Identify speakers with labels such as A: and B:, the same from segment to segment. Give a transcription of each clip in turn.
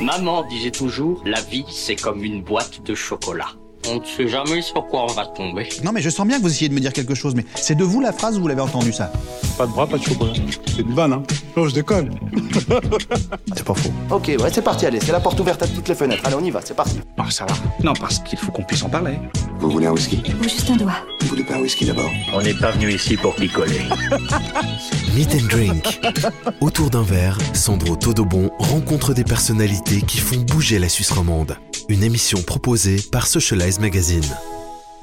A: Maman disait toujours, la vie c'est comme une boîte de chocolat. On ne sait jamais sur quoi on va tomber.
B: Non, mais je sens bien que vous essayez de me dire quelque chose, mais c'est de vous la phrase ou vous l'avez entendu ça
C: Pas de bras, pas de chocolat. C'est une vanne, hein Non, je déconne.
B: C'est pas faux.
D: Ok, ouais, c'est parti, allez, c'est la porte ouverte à toutes les fenêtres. Allez, on y va, c'est parti.
E: Non, ça va. Non, parce qu'il faut qu'on puisse en parler.
F: Vous voulez un whisky
G: Ou juste un doigt.
F: Vous voulez pas un whisky d'abord
H: On n'est pas venu ici pour picoler.
I: Meet and Drink. Autour d'un verre, Sandro Todobon rencontre des personnalités qui font bouger la Suisse romande. Une émission proposée par Socialize Magazine.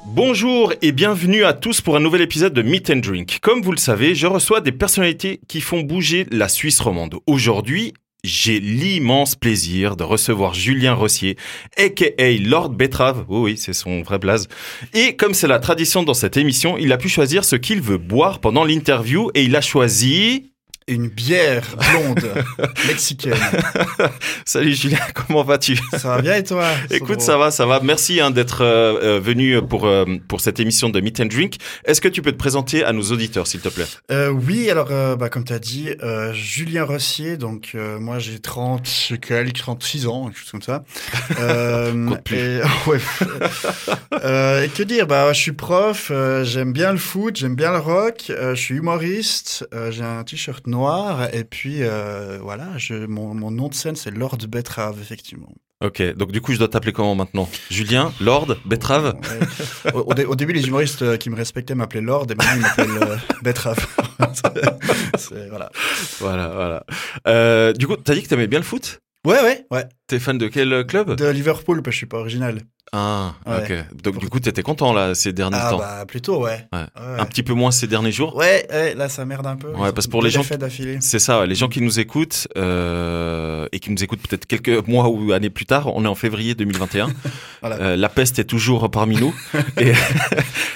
J: Bonjour et bienvenue à tous pour un nouvel épisode de Meet and Drink. Comme vous le savez, je reçois des personnalités qui font bouger la Suisse romande. Aujourd'hui, j'ai l'immense plaisir de recevoir Julien Rossier, aka Lord Betrave. Oh oui, c'est son vrai blaze. Et comme c'est la tradition dans cette émission, il a pu choisir ce qu'il veut boire pendant l'interview et il a choisi.
K: Une bière blonde mexicaine.
J: Salut Julien, comment vas-tu
K: Ça va bien et toi
J: Écoute, ça va, ça va. Merci hein, d'être euh, euh, venu pour, euh, pour cette émission de Meet and Drink. Est-ce que tu peux te présenter à nos auditeurs, s'il te plaît
K: Euh, oui, alors euh, bah, comme tu as dit, euh, Julien Rossier, donc euh, moi j'ai 30, je sais quel, 36 ans, quelque chose comme ça. Euh,
J: Compte plus.
K: Et, ouais. Euh, et que dire bah, Je suis prof, euh, j'aime bien le foot, j'aime bien le rock, euh, je suis humoriste, euh, j'ai un t-shirt noir et puis euh, voilà, je, mon, mon nom de scène c'est Lord Betrave, effectivement.
J: Ok, donc du coup, je dois t'appeler comment maintenant Julien, Lord, Betrave
K: Ouais. Au, au dé- au début, les humoristes euh, qui me respectaient m'appelaient Lord et maintenant ils m'appellent euh, Betrave. C'est- c'est- voilà.
J: Voilà, voilà. Euh, du coup, t'as dit que t'aimais bien le foot
K: Ouais, ouais, ouais.
J: T'es fan de quel euh, club
K: De Liverpool, parce que je suis pas original.
J: Ah,
K: Ouais.
J: ok. Donc du coup, t'étais content là ces derniers
K: Ah
J: temps.
K: bah plutôt, ouais.
J: Ouais.
K: Ouais,
J: Un petit peu moins ces derniers jours.
K: ouais, ouais, là ça merde un peu.
J: Ouais, parce que pour
K: Deux
J: les gens
K: défaites d'affilée.
J: C'est ça, ouais. les gens qui nous écoutent euh, et qui nous écoutent peut-être quelques mois ou années plus tard, on est en février 2021.
K: Voilà.
J: Euh, la peste est toujours parmi nous et,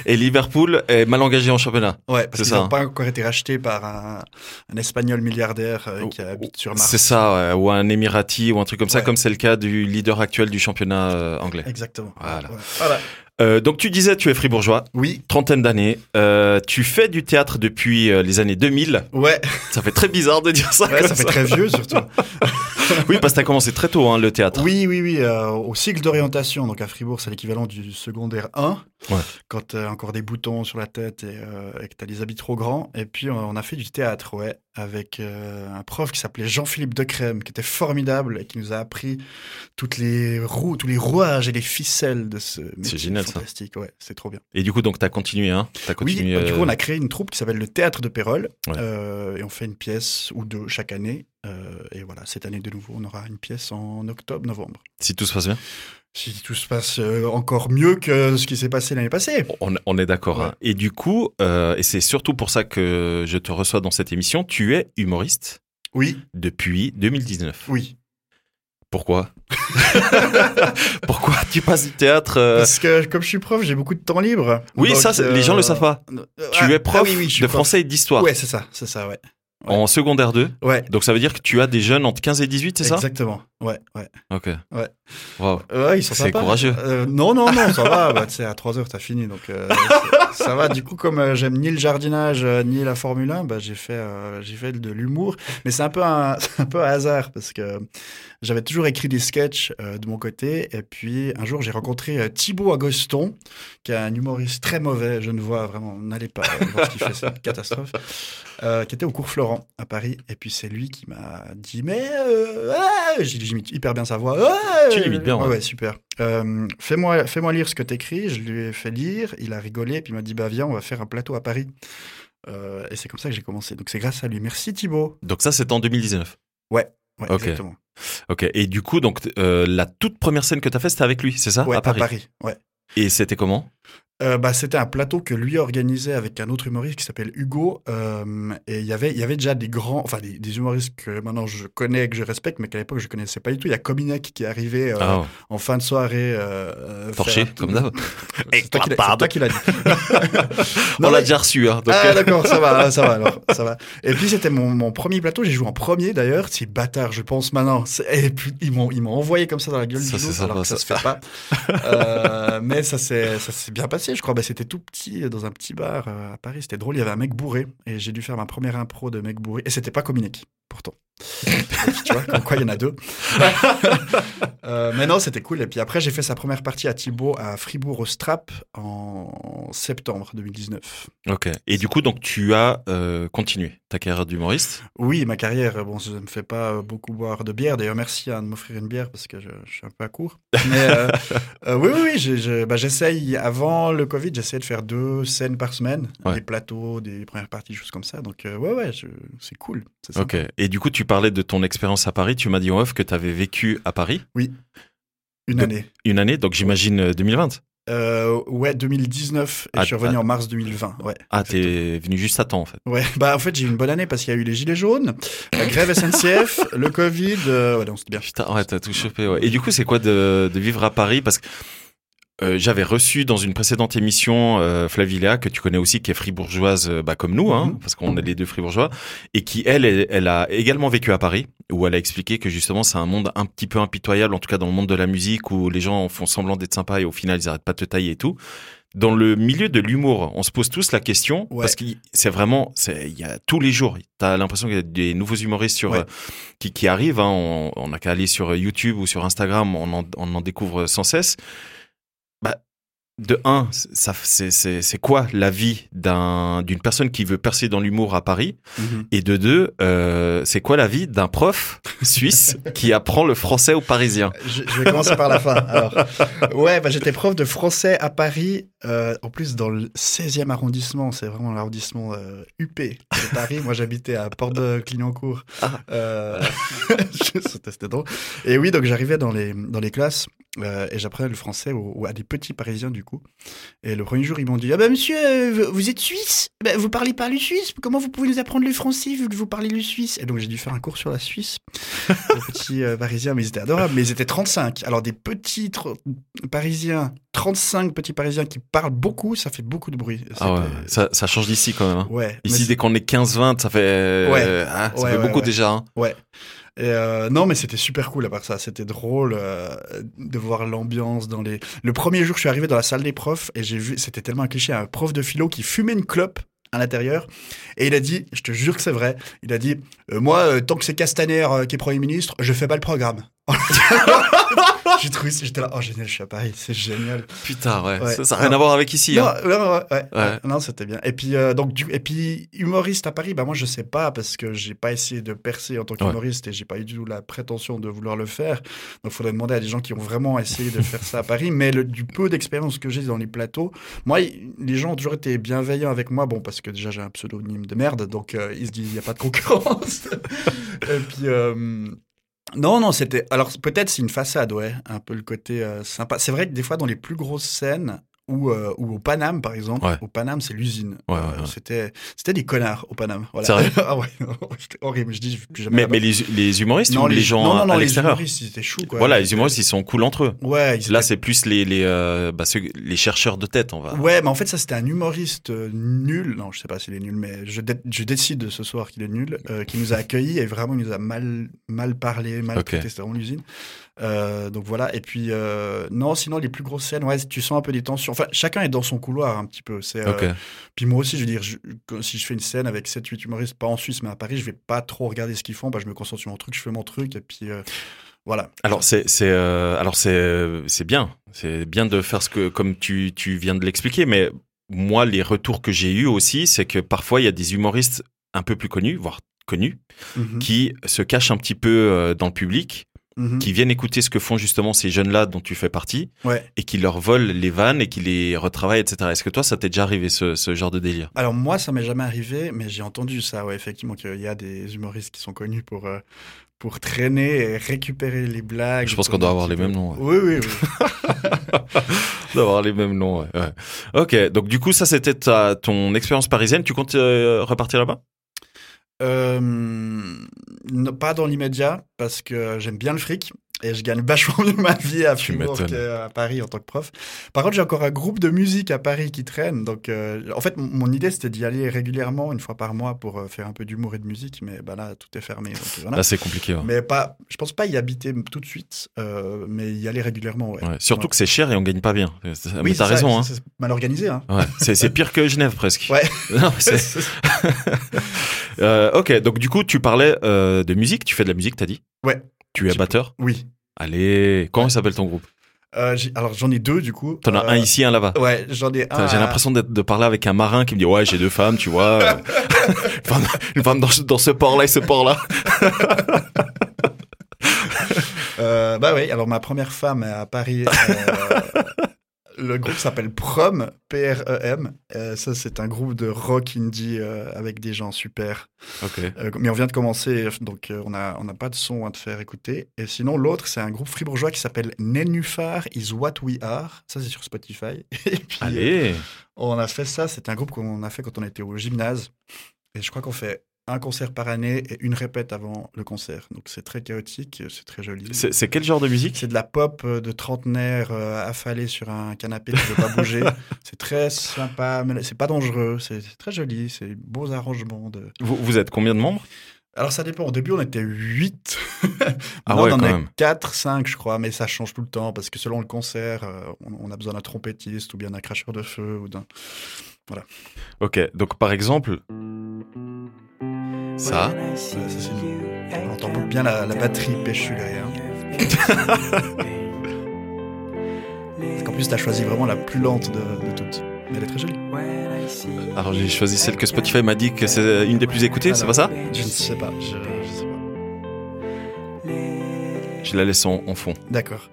J: et Liverpool est mal engagé en championnat.
K: Ouais, parce
J: c'est
K: qu'ils
J: ça,
K: n'ont
J: hein.
K: pas encore été rachetés par un, un espagnol milliardaire euh,
J: Oh,
K: qui habite sur Mars.
J: C'est ça, ouais. ou un Emirati ou un truc comme ça,
K: Ouais.
J: comme c'est le cas du leader actuel du championnat euh, anglais.
K: Exactement.
J: Voilà.
K: Ouais.
J: Euh, donc tu disais, tu es fribourgeois,
K: Oui,
J: trentaine d'années, euh, tu fais du théâtre depuis euh, les années 2000.
K: ouais,
J: Ça fait très bizarre de dire ça.
K: ouais,
J: comme
K: ça fait très vieux surtout.
J: Oui, parce que t'as commencé très tôt hein, le théâtre.
K: Oui, oui, oui, euh, au cycle d'orientation, donc à Fribourg, c'est l'équivalent du secondaire 1,
J: Ouais.
K: quand t'as encore des boutons sur la tête et, euh, et que t'as les habits trop grands. Et puis euh, on on a fait du théâtre, ouais, avec euh, un prof qui s'appelait Jean-Philippe Decrème, qui était formidable et qui nous a appris toutes les roues, tous les rouages et les ficelles de ce métier.
J: génial, ça.
K: fantastique, ouais, c'est trop bien.
J: Et du coup, donc t'as continué, hein T'as continué.
K: oui, bah, du
J: euh,
K: coup on a créé une troupe qui s'appelle le Théâtre de Pérol,
J: Ouais.
K: euh, et on fait une pièce ou deux chaque année. euh, et voilà, cette année de nouveau, on aura une pièce en octobre, novembre.
J: Si tout se passe bien.
K: Si tout se passe euh, encore mieux que ce qui s'est passé l'année passée.
J: On, on est d'accord. hein. Et du coup, euh, et c'est surtout pour ça que je te reçois dans cette émission, tu es humoriste
K: Oui,
J: depuis 2019.
K: oui.
J: Pourquoi Pourquoi tu passes du théâtre euh,
K: Parce que comme je suis prof, j'ai beaucoup de temps libre.
J: Oui,
K: Donc,
J: ça, c'est- les gens
K: euh,
J: le savent pas.
K: euh,
J: Tu
K: ah,
J: es prof
K: ah oui, oui, je suis
J: de
K: prof.
J: français et d'histoire
K: Ouais, c'est ça, c'est ça, ouais. ouais.
J: en secondaire 2.
K: Ouais.
J: Donc ça veut dire que tu as des jeunes entre 15 et 18, c'est ça
K: Exactement. Ouais, ouais.
J: Ok.
K: Ouais.
J: Waouh.
K: Ouais, ils sont
J: C'est
K: sympas.
J: courageux.
K: Euh, non, non, non, ça va. bah, tu sais, à 3 heures, t'as fini. Donc, euh, c'est- ça va. Du coup, comme euh, j'aime ni le jardinage, euh, ni la Formule 1, bah, j'ai fait, euh, j'ai fait de l'humour. Mais c'est un peu un, c'est un peu un hasard parce que j'avais toujours écrit des sketchs euh, de mon côté. Et puis, un jour, j'ai rencontré euh, Thibaut Agoston, qui est un humoriste très mauvais. Je ne vois vraiment, n'allez pas euh, voir ce qu'il fait, c'est une catastrophe. Euh, qui était au cours Florent à Paris. Et puis, c'est lui qui m'a dit Mais euh, ah, j'ai- j'imite hyper bien sa voix. Ah,
J: Tu l'imites bien,
K: Ouais,
J: ouais.
K: ouais, super. Euh, fais-moi, fais-moi lire ce que t'écris. Je lui ai fait lire. Il a rigolé. Puis il m'a dit Bah, viens, on va faire un plateau à Paris. Euh, et c'est comme ça que j'ai commencé. Donc, c'est grâce à lui. Merci Thibaut.
J: Donc ça, c'est en 2019.
K: Ouais,
J: Ok.
K: exactement.
J: Ok. Et du coup, donc euh, la toute première scène que t'as faite, c'était avec lui, c'est ça
K: Ouais,
J: Ah, À Paris.
K: À Paris. Ouais.
J: Et c'était comment
K: Euh, bah, c'était un plateau que lui organisait avec un autre humoriste qui s'appelle Hugo. euh, et il y avait- il y avait déjà des grands, enfin des, des humoristes que maintenant je connais, que je respecte, mais qu'à l'époque je connaissais pas du tout. Il y a Cominac qui est arrivé euh,
J: Ah, oh,
K: en fin de soirée. euh,
J: Torché,
K: faire un-
J: comme d'hab.
K: C'est toi qui l'as- c'est toi qui l'as dit.
J: On
K: Non,
J: l'a
K: mais-
J: déjà reçu, hein. donc,
K: ah
J: euh,
K: d'accord, ça va, ça va alors, ça va. Et puis c'était mon, mon premier plateau, j'ai joué en premier d'ailleurs, c'est bâtard, je pense maintenant. C'est- Et puis ils m'ont ils m'ont envoyé comme ça dans la gueule
J: Ça,
K: du
J: c'est
K: loup,
J: sympa,
K: alors que ça,
J: ça.
K: se fait pas. Euh, mais ça s'est ça s'est bien passé, je crois. Bah, c'était tout petit dans un petit bar euh, à Paris, c'était drôle. Il y avait un mec bourré et j'ai dû faire ma première impro de mec bourré et c'était pas Cominic pourtant. Donc, tu vois, comme quoi il y en a deux. Euh, mais non, c'était cool. Et puis après, j'ai fait sa première partie à Thibaut à Fribourg au Strap en septembre 2019.
J: Ok. Et du coup, donc, tu as euh, continué ta carrière d'humoriste.
K: Oui, ma carrière, bon, ça ne me fait pas beaucoup boire de bière. D'ailleurs, merci hein, de m'offrir une bière parce que je, je suis un peu à court. Mais euh, euh, oui, oui, oui, j'ai- j'ai- bah, j'essaye. avant le Covid, j'essayais de faire deux scènes par semaine,
J: Ouais.
K: des plateaux, des premières parties, choses comme ça. Donc, euh, ouais, ouais, je- c'est cool. C'est ça.
J: Ok. Et du coup, tu parlais de ton expérience à Paris. Tu m'as dit en off que tu avais vécu à Paris
K: Une
J: Donc-
K: année.
J: une année, donc j'imagine euh, 2020.
K: Euh, ouais, 2019 et
J: Ah,
K: je suis revenu
J: ah.
K: en mars 2020. Ouais.
J: Ah, t'es venu juste à temps, en fait.
K: Ouais, bah en fait j'ai eu une bonne année parce qu'il y a eu les gilets jaunes, la grève SNCF, le Covid, euh, ouais non c'était bien.
J: Putain, ouais, t'as tout chopé. ouais. Et du coup, c'est quoi de, de vivre à Paris Parce que euh, j'avais reçu dans une précédente émission euh, Flavie Léa, que tu connais aussi, qui est fribourgeoise euh, bah, comme nous, hein,
K: Mm-hmm.
J: parce qu'on est les deux fribourgeois, et qui, elle, elle, elle a également vécu à Paris, où elle a expliqué que justement, c'est un monde un petit peu impitoyable, en tout cas dans le monde de la musique, où les gens font semblant d'être sympas et au final, ils arrêtent pas de te tailler et tout. Dans le milieu de l'humour, on se pose tous la question,
K: Ouais.
J: parce que c'est vraiment, c'est- il y a tous les jours, t'as l'impression qu'il y a des nouveaux humoristes sur,
K: Ouais.
J: euh, qui, qui arrivent, hein, on on n'a qu'à aller sur euh, YouTube ou sur Instagram, on en, on en découvre sans cesse. Bah, de un, ça, c'est, c'est, c'est quoi la vie d'un, d'une personne qui veut percer dans l'humour à Paris Et de deux, euh, c'est quoi la vie d'un prof suisse qui apprend le français aux Parisiens
K: Je, je vais commencer par la fin. Alors, ouais, bah, j'étais prof de français à Paris, euh, en plus dans le 16e arrondissement, c'est vraiment l'arrondissement euh, UP de Paris. Moi j'habitais à Porte de Clignancourt. Euh, je- c'était c'était drôle. Et oui, donc j'arrivais dans les, dans les classes euh, et j'apprenais le français au- au- à des petits Parisiens du coup. Et le premier jour, ils m'ont dit Ah ben monsieur, euh, vous- vous êtes suisse ben, Vous parlez pas le suisse Comment vous pouvez nous apprendre le français vu que vous parlez le suisse Et donc j'ai dû faire un cours sur la Suisse les petits euh, parisiens, mais ils étaient adorables, mais ils étaient 35. Alors des petits tro- parisiens, 35 petits parisiens qui parlent beaucoup, ça fait beaucoup de bruit. C'était-
J: Ah ouais, ça, ça change d'ici quand même. hein.
K: Ouais, mais
J: Ici, dès qu'on est 15-20, ça fait, euh,
K: Ouais.
J: hein, ça
K: Ouais,
J: fait
K: ouais,
J: beaucoup
K: ouais.
J: déjà. hein.
K: Et euh, non, mais c'était super cool à part ça. C'était drôle euh, de voir l'ambiance dans les. Le premier jour, je suis arrivé dans la salle des profs et j'ai vu, c'était tellement un cliché, un prof de philo qui fumait une clope à l'intérieur et il a dit, je te jure que c'est vrai, il a dit, euh, moi, euh, tant que c'est Castaner euh, qui est premier ministre, je fais pas le programme. j'ai trouvé, ça- j'étais là, oh génial, je suis à Paris, c'est génial.
J: Putain, ouais.
K: Ouais.
J: Ça n'a rien à voir avec ici.
K: Non,
J: hein.
K: ouais, ouais, ouais. Ah,
J: Ouais.
K: Non, c'était bien. Et puis, euh, donc, du- et puis, humoriste à Paris, bah moi, je sais pas parce que j'ai pas essayé de percer en tant qu'humoriste et j'ai pas eu du tout la prétention de vouloir le faire. Donc, faudrait demander à des gens qui ont vraiment essayé de faire ça à Paris. Mais le- du peu d'expérience que j'ai dans les plateaux, moi, y- les gens ont toujours été bienveillants avec moi. Bon, parce que déjà, j'ai un pseudonyme de merde, donc euh, ils se disent, il y a pas de concurrence. et puis. euh, non, non, c'était. Alors, peut-être c'est une façade, ouais. Un peu le côté euh, sympa. C'est vrai que des fois, dans les plus grosses scènes, ou, euh, ou au Paname, par exemple.
J: Ouais.
K: Au Paname, c'est l'usine.
J: Ouais, ouais,
K: Euh,
J: ouais.
K: C'était, c'était des connards au Paname. Voilà.
J: C'est vrai
K: Ah ouais, non, c'était horrible. Je dis, je vais plus jamais.
J: Mais,
K: là-bas.
J: mais les, les humoristes
K: Non,
J: ou les, gens
K: non, non,
J: à-
K: non,
J: à
K: les
J: l'extérieur
K: humoristes, ils étaient chauds, quoi.
J: Voilà, les humoristes, ils sont cool entre eux.
K: Ouais, ils
J: Là,
K: étaient-
J: c'est plus les, les, euh, bah, ceux- les chercheurs de tête, on va.
K: Ouais, mais en fait, ça, c'était un humoriste euh, nul. Non, je sais pas s'il est nul, mais je, dé- je décide ce soir qu'il est nul, euh, qui nous a accueillis et vraiment, il nous a mal, mal parlé, mal
J: Ok.
K: traité. C'était vraiment l'usine. Euh, donc voilà. Et puis, euh, non, sinon, les plus grosses scènes, ouais, tu sens un peu des tensions. Enfin, chacun est dans son couloir un petit peu. C'est, euh,
J: Ok.
K: Puis moi aussi, je veux dire, je- quand- si je fais une scène avec 7-8 humoristes, pas en Suisse, mais à Paris, je vais pas trop regarder ce qu'ils font. Bah, je me concentre sur mon truc, je fais mon truc, et puis euh, voilà.
J: Alors c'est c'est euh, alors c'est euh, c'est bien, c'est bien de faire ce que comme tu tu viens de l'expliquer, mais moi les retours que j'ai eus aussi, c'est que parfois il y a des humoristes un peu plus connus, voire connus,
K: Mhm.
J: qui se cachent un petit peu euh, dans le public,
K: Mhm.
J: qui viennent écouter ce que font justement ces jeunes-là dont tu fais partie,
K: Ouais.
J: et qui leur volent les vannes et qui les retravaillent, etc. Est-ce que toi ça t'est déjà arrivé ce, ce genre de délire
K: Alors moi, ça m'est jamais arrivé, mais j'ai entendu ça, ouais, effectivement, qu'il y a des humoristes qui sont connus pour, euh, pour traîner et récupérer les blagues.
J: Je pense qu'on doit avoir les mêmes noms. ouais.
K: Oui, oui, oui.
J: D'avoir les mêmes noms, ouais. ouais. Ok, donc du coup, ça c'était ta, ton expérience parisienne. Tu comptes euh, repartir là-bas
K: Euh, non, pas dans l'immédiat, parce que j'aime bien le fric. Et je gagne vachement mieux ma vie à
J: Tu
K: Fribourg
J: m'étonnes.
K: qu'à Paris en tant que prof. Par contre, j'ai encore un groupe de musique à Paris qui traîne. Donc, euh, en fait, m- mon idée, c'était d'y aller régulièrement, une fois par mois, pour euh, faire un peu d'humour et de musique. Mais bah, là, tout est fermé. donc, voilà.
J: Là, Ah, c'est compliqué. ouais.
K: Mais pas, je pense pas y habiter tout de suite, euh, mais y aller régulièrement. Ouais.
J: Ouais, Surtout
K: Ouais.
J: que c'est cher et on gagne pas bien. Mais
K: Oui,
J: t'as
K: c'est ça,
J: raison. Hein.
K: c'est- c'est Mal organisé. Hein.
J: Ouais, c'est c'est pire que Genève presque.
K: Ouais.
J: Non, mais c'est- Euh, ok, donc du coup, tu parlais euh, de musique. Tu fais de la musique, t'as dit
K: Ouais.
J: Tu es batteur
K: Oui.
J: Allez, comment s'appelle ton groupe
K: Euh, j'ai- alors j'en ai deux du coup.
J: T'en as
K: Euh,
J: un ici, un là-bas.
K: Ouais, j'en ai
J: Putain,
K: un.
J: J'ai
K: à-
J: l'impression d'être- de parler avec un marin qui me dit ouais j'ai deux femmes tu vois euh, une femme, une femme dans, ce- dans ce port là et ce port là
K: Euh, bah oui, alors ma première femme à Paris. euh, le groupe s'appelle Prom, P-R-E-M. Euh, ça, c'est un groupe de rock indie euh, avec des gens super.
J: ok
K: Euh, mais on vient de commencer, donc euh, on n'a on n'a pas de son à te faire écouter. Et sinon, l'autre, c'est un groupe fribourgeois qui s'appelle Nenufar is what we are. Ça, c'est sur Spotify. Et puis, euh,
J: allez
K: on a fait ça, c'est un groupe qu'on a fait quand on était au gymnase. Et je crois qu'on fait un concert par année et une répète avant le concert. Donc c'est très chaotique, c'est très joli.
J: c'est c'est quel genre de musique
K: C'est de la pop euh, de trentenaire euh, affalé sur un canapé qui ne veut pas bouger. C'est très sympa, mais c'est pas dangereux, c'est c'est très joli, c'est beaux arrangements. De...
J: vous, vous êtes combien de membres
K: Alors ça dépend, au début on était 8.
J: Ah
K: Maintenant,
J: ouais,
K: on en
J: quand
K: a
J: même.
K: 4, 5 je crois, mais ça change tout le temps parce que selon le concert, euh, on, on a besoin d'un trompettiste ou bien d'un cracheur de feu ou d'un...
J: ok donc par exemple ça
K: Ouais, ça, c'est nous. On entend bien la, la batterie péchue derrière. Parce qu'en plus, t'as choisi vraiment la plus lente de, de toutes. Mais elle est très jolie.
J: alors j'ai choisi celle que Spotify m'a dit que c'est une des plus écoutées c'est pas ça
K: Je ne sais pas. Je, je sais pas.
J: je la laisse en, en fond
K: D'accord.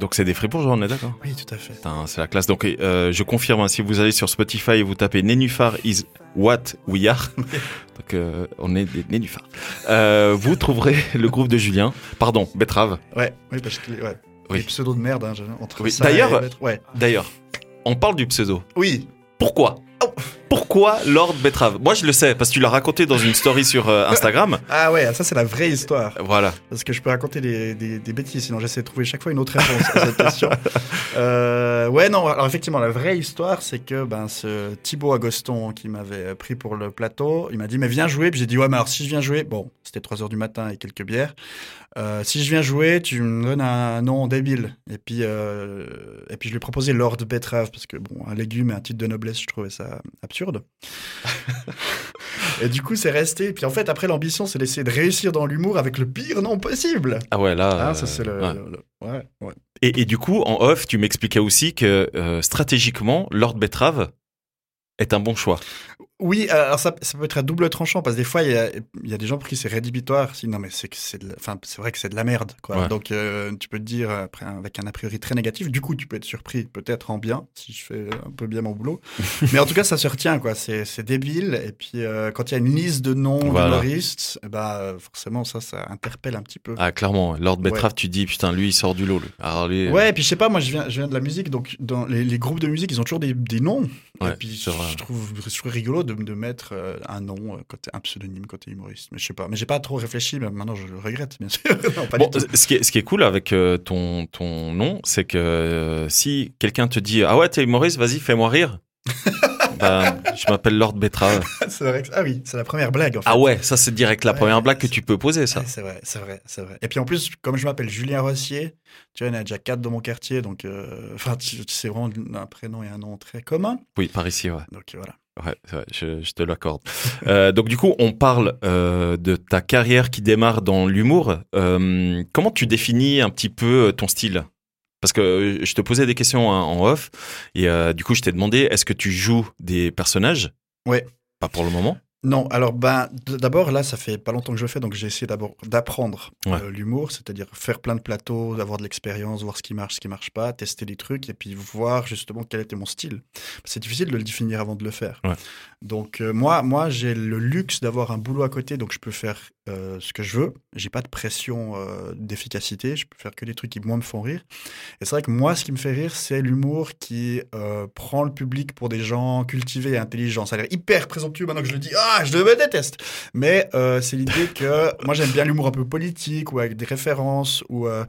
J: donc c'est des fribourgeois on est d'accord
K: Oui, tout à fait.
J: Putain, c'est la classe. Donc, euh, je confirme, hein, si vous allez sur Spotify et vous tapez Nénuphar is what we are, donc euh, on est des Nénuphars, Euh, vous trouverez le groupe de Julien. Pardon, Betrave.
K: Ouais, oui, parce que les- ouais.
J: Oui.
K: les pseudos de merde. Hein, je- entre
J: Oui.
K: ça et
J: D'ailleurs-
K: l'autre. ouais.
J: D'ailleurs, on parle du pseudo.
K: Oui.
J: Pourquoi Pourquoi Lord Betrave Moi, je le sais, parce que tu l'as raconté dans une story sur euh, Instagram.
K: Ah ouais, ça c'est la vraie histoire.
J: Voilà.
K: Parce que je peux raconter des, des- des bêtises, sinon j'essaie de trouver chaque fois une autre réponse à cette question. Euh, ouais, non, alors effectivement, la vraie histoire, c'est que ben, ce Thibaut Agoston qui m'avait pris pour le plateau, il m'a dit, mais viens jouer. Puis j'ai dit, ouais, mais alors si je viens jouer, bon, c'était 3 heures du matin et quelques bières. Euh, si je viens jouer, tu me donnes un nom débile. Et puis, euh, et puis je lui ai proposé Lord Betrave, parce que bon, un légume et un titre de noblesse, je trouvais ça absurde. et du coup, c'est resté. Et puis en fait, après, l'ambition, c'est d'essayer de réussir dans l'humour avec le pire nom possible.
J: Ah ouais, là.
K: Ah,
J: euh,
K: ça, c'est le.
J: ouais.
K: le- le- ouais, ouais.
J: Et, et du coup, en off, tu m'expliquais aussi que euh, stratégiquement, Lord Betrave est un bon choix.
K: Oui, euh, alors ça, ça peut être à double tranchant parce que des fois, il y a, il y a des gens pour qui c'est rédhibitoire. Si, non, mais c'est que c'est de la- enfin, c'est vrai que c'est de la merde. Quoi.
J: Ouais.
K: Donc, euh, tu peux te dire, après, avec un a priori très négatif, du coup, tu peux être surpris, peut-être en bien, si je fais un peu bien mon boulot. mais en tout cas, ça se retient, quoi. C'est c'est débile. Et puis, euh, quand il y a une liste de noms
J: Voilà.
K: d'humoristes, eh ben, euh, forcément, ça, ça interpelle un petit peu.
J: Ah, clairement, Lord
K: Ouais.
J: Betrave, tu dis, putain, lui, il sort du lot. lui. Alors, lui, euh,
K: Ouais, et puis je sais pas, moi je viens, je viens de la musique, donc dans les, les groupes de musique, ils ont toujours des, des noms.
J: Ouais,
K: et puis
J: c'est vrai.
K: je trouve, je trouve rigolo de, de mettre euh, un nom, euh, côté, un pseudonyme côté humoriste. Mais je sais pas, mais j'ai pas trop réfléchi, mais maintenant je le regrette, bien sûr. non, pas
J: Bon,
K: du tout.
J: ce qui est, ce qui est cool avec euh, ton, ton nom, c'est que euh, si quelqu'un te dit Ah ouais, t'es humoriste, vas-y, fais-moi rire. ben, je m'appelle Lord Betrave.
K: c'est vrai que- Ah oui, c'est la première blague en fait.
J: euh, Ah ouais, ça c'est direct la
K: Ouais,
J: première blague que
K: c'est-
J: tu peux poser, ça.
K: Ouais, C'est vrai, c'est vrai, c'est vrai. Et puis en plus, comme je m'appelle Julien Rossier, tu vois, il y en a déjà quatre dans mon quartier, donc euh, enfin, tu- c'est vraiment un prénom et un nom très commun.
J: Oui, par ici, ouais.
K: Donc voilà.
J: Ouais, c'est vrai, je, je te l'accorde. Euh, donc du coup, on parle euh, de ta carrière qui démarre dans l'humour. Euh, comment tu définis un petit peu euh, ton style Parce que euh, je te posais des questions hein, en off et euh, du coup, je t'ai demandé est-ce que tu joues des personnages
K: Ouais.
J: Pas pour le moment.
K: Non, alors ben, d- d'abord là, ça fait pas longtemps que je le fais, donc j'ai essayé d'abord d'apprendre
J: Ouais.
K: euh, l'humour, c'est-à-dire faire plein de plateaux, d'avoir de l'expérience, voir ce qui marche, ce qui marche pas, tester des trucs et puis voir justement quel était mon style. C'est difficile de le définir avant de le faire.
J: Ouais.
K: Donc euh, moi, moi j'ai le luxe d'avoir un boulot à côté, donc je peux faire euh, ce que je veux. J'ai pas de pression euh, d'efficacité, je peux faire que des trucs qui moi me font rire. Et c'est vrai que moi, ce qui me fait rire, c'est l'humour qui euh, prend le public pour des gens cultivés et intelligents. Ça a l'air hyper présomptueux maintenant que je le dis. Ah, je me déteste. Mais euh, c'est l'idée que moi j'aime bien l'humour un peu politique ou avec des références ou euh,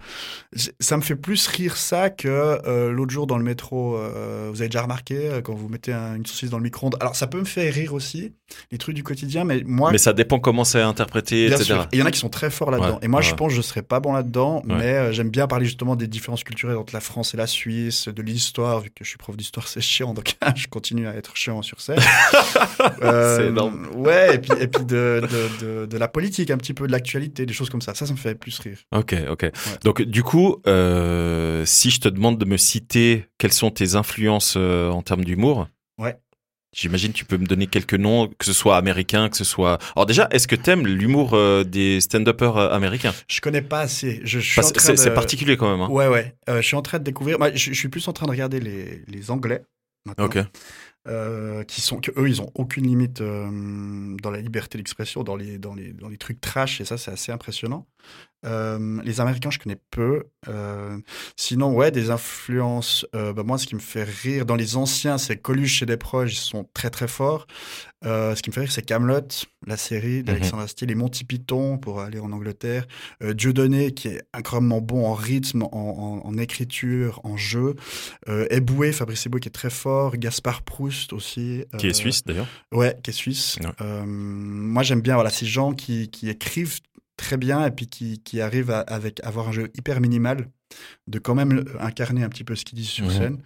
K: j- ça me fait plus rire ça que euh, l'autre jour dans le métro. euh, vous avez déjà remarqué euh, quand vous mettez un- une saucisse dans le micro-ondes. Alors ça peut me faire très rire aussi, les trucs du quotidien. Mais moi,
J: Mais ça dépend comment c'est interprété,
K: Bien
J: etc.
K: sûr. Et Il y en a qui sont très forts là-dedans.
J: Ouais,
K: et moi,
J: ouais.
K: je pense que je serais pas bon là-dedans,
J: Ouais.
K: mais euh, j'aime bien parler justement des différences culturelles entre la France et la Suisse, de l'histoire, vu que je suis prof d'histoire, c'est chiant, donc je continue à être chiant sur scène. Euh,
J: C'est énorme.
K: Ouais, et puis, et puis de, de, de, de la politique, un petit peu de l'actualité, des choses comme ça. Ça, ça me fait plus rire.
J: Ok, ok. Donc, du coup, euh, si je te demande de me citer quelles sont tes influences euh, en termes d'humour,
K: Ouais.
J: J'imagine que tu peux me donner quelques noms, que ce soit américain, que ce soit. Alors déjà, est-ce que t'aimes l'humour euh, des stand-uppers euh, américains
K: Je connais pas assez. Je, je suis
J: Parce
K: en
J: que
K: train
J: c'est
K: de...
J: c'est particulier quand même. Hein.
K: Ouais, ouais. Euh, je suis en train de découvrir. moi, je, je suis plus en train de regarder les, les Anglais. maintenant.
J: Ok.
K: euh, qui sont que eux ils ont aucune limite euh, dans la liberté d'expression dans les dans les dans les trucs trash et ça c'est assez impressionnant Euh, les Américains je connais peu Euh, sinon ouais des influences euh, bah, moi ce qui me fait rire dans les anciens c'est Coluche et des proches ils sont très très forts Euh, ce qui me fait rire c'est Camelot la
J: Mhm.
K: série d'Alexandre Astier les Monty Python pour aller en Angleterre euh, Dieudonné qui est incroyablement bon en rythme en, en- en écriture en jeu euh, Eboué, Fabrice Eboué qui est très fort, Gaspard Proust aussi.
J: Qui
K: euh,
J: est suisse d'ailleurs.
K: Ouais, qui est suisse.
J: Ouais.
K: Euh, moi j'aime bien voilà, ces gens qui, qui écrivent très bien et puis qui, qui arrivent à, avec avoir un jeu hyper minimal, de quand même le- incarner un petit peu ce qu'ils disent sur
J: Mhm.
K: scène.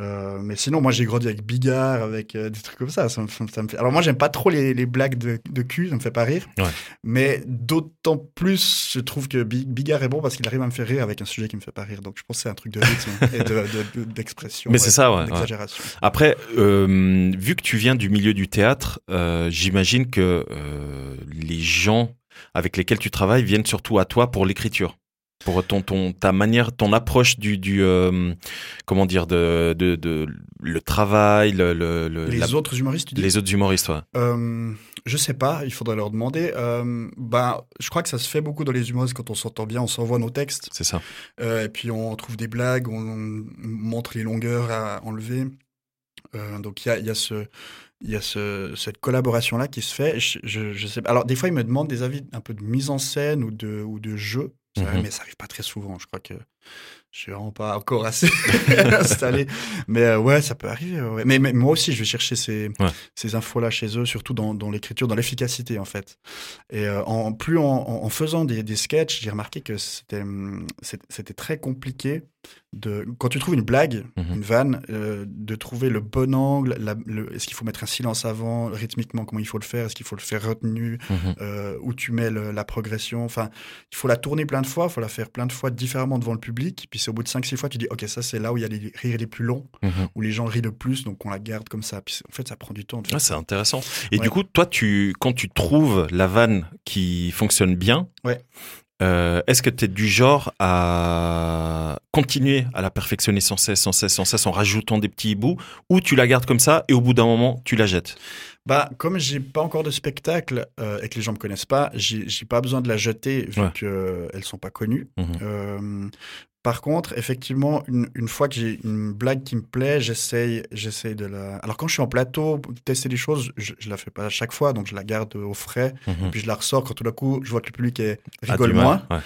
K: Euh, mais sinon, moi j'ai grandi avec Bigard, avec euh, des trucs comme ça. ça, me- ça me- ça me fait- Alors moi j'aime pas trop les, les blagues de, de cul, ça me fait pas rire.
J: Ouais.
K: Mais d'autant plus, je trouve que Bi- Bigard est bon parce qu'il arrive à me faire rire avec un sujet qui me fait pas rire. Donc je pense que c'est un truc de rythme et de- de- de- d'expression.
J: Mais c'est ça, ouais, ouais.
K: D'exagération.
J: Après, euh, vu que tu viens du milieu du théâtre, euh, j'imagine que euh, les gens avec lesquels tu travailles viennent surtout à toi pour l'écriture, pour ton, ton ta manière, ton approche du, du euh, comment dire de, de, de le travail, le, le- le-
K: Les
J: la-
K: autres humoristes, tu dis
J: les autres humoristes. ouais.
K: Euh, je sais pas, il faudrait leur demander. Euh, bah, je crois que ça se fait beaucoup dans les humoristes quand on s'entend bien, on s'envoie nos textes,
J: C'est ça.
K: euh, et puis on trouve des blagues, on, on montre les longueurs à enlever. Euh, donc il y a, il y a ce, il y a ce, cette collaboration là qui se fait. Je, je, je sais pas. Alors des fois ils me demandent des avis un peu de mise en scène ou de ou de jeu, Ça,
J: Mhm.
K: mais ça arrive pas très souvent. Je crois que je suis vraiment pas encore assez installé. Mais euh, ouais, ça peut arriver. ouais. Mais, mais moi aussi, je vais chercher ces,
J: Ouais.
K: ces infos-là chez eux, surtout dans, dans l'écriture, dans l'efficacité, en fait. Et euh, en plus, en, en- en faisant des, des sketchs, j'ai remarqué que c'était hum, c'est- c'était très compliqué de quand tu trouves une blague,
J: Mhm.
K: une vanne, euh, de trouver le bon angle. la- le- Est-ce qu'il faut mettre un silence avant, rythmiquement, comment il faut le faire Est-ce qu'il faut le faire retenu
J: Mhm.
K: euh, Où tu mets le- la progression Enfin, il faut la tourner plein de fois, il faut la faire plein de fois différemment devant le public. Puis c'est au bout de 5-6 fois, tu dis, OK, ça, c'est là où il y a les rires les plus longs,
J: Mhm.
K: où les gens rient le plus, donc on la garde comme ça. Puis c'est- en fait, ça prend du temps. de faire
J: Ah, c'est intéressant. Et
K: Ouais.
J: du coup, toi, tu, quand tu trouves la vanne qui fonctionne bien,
K: Ouais.
J: euh, est-ce que tu es du genre à continuer à la perfectionner sans cesse, sans cesse, sans cesse, en rajoutant des petits bouts, ou tu la gardes comme ça et au bout d'un moment, tu la jettes
K: Bah, comme j'ai pas encore de spectacle euh, et que les gens me connaissent pas, j'ai j'ai pas besoin de la jeter vu
J: Ouais.
K: qu'elles sont pas connues.
J: Mhm.
K: Euh, par contre, effectivement, une, une fois que j'ai une blague qui me plaît, j'essaye, j'essaye de la. Alors quand je suis en plateau, tester des choses, je, je la fais pas à chaque fois, donc je la garde au frais,
J: Mhm.
K: puis je la ressors quand tout d'un coup, je vois que le public est,
J: Ah,
K: rigole
J: du mal,
K: moins.
J: ouais.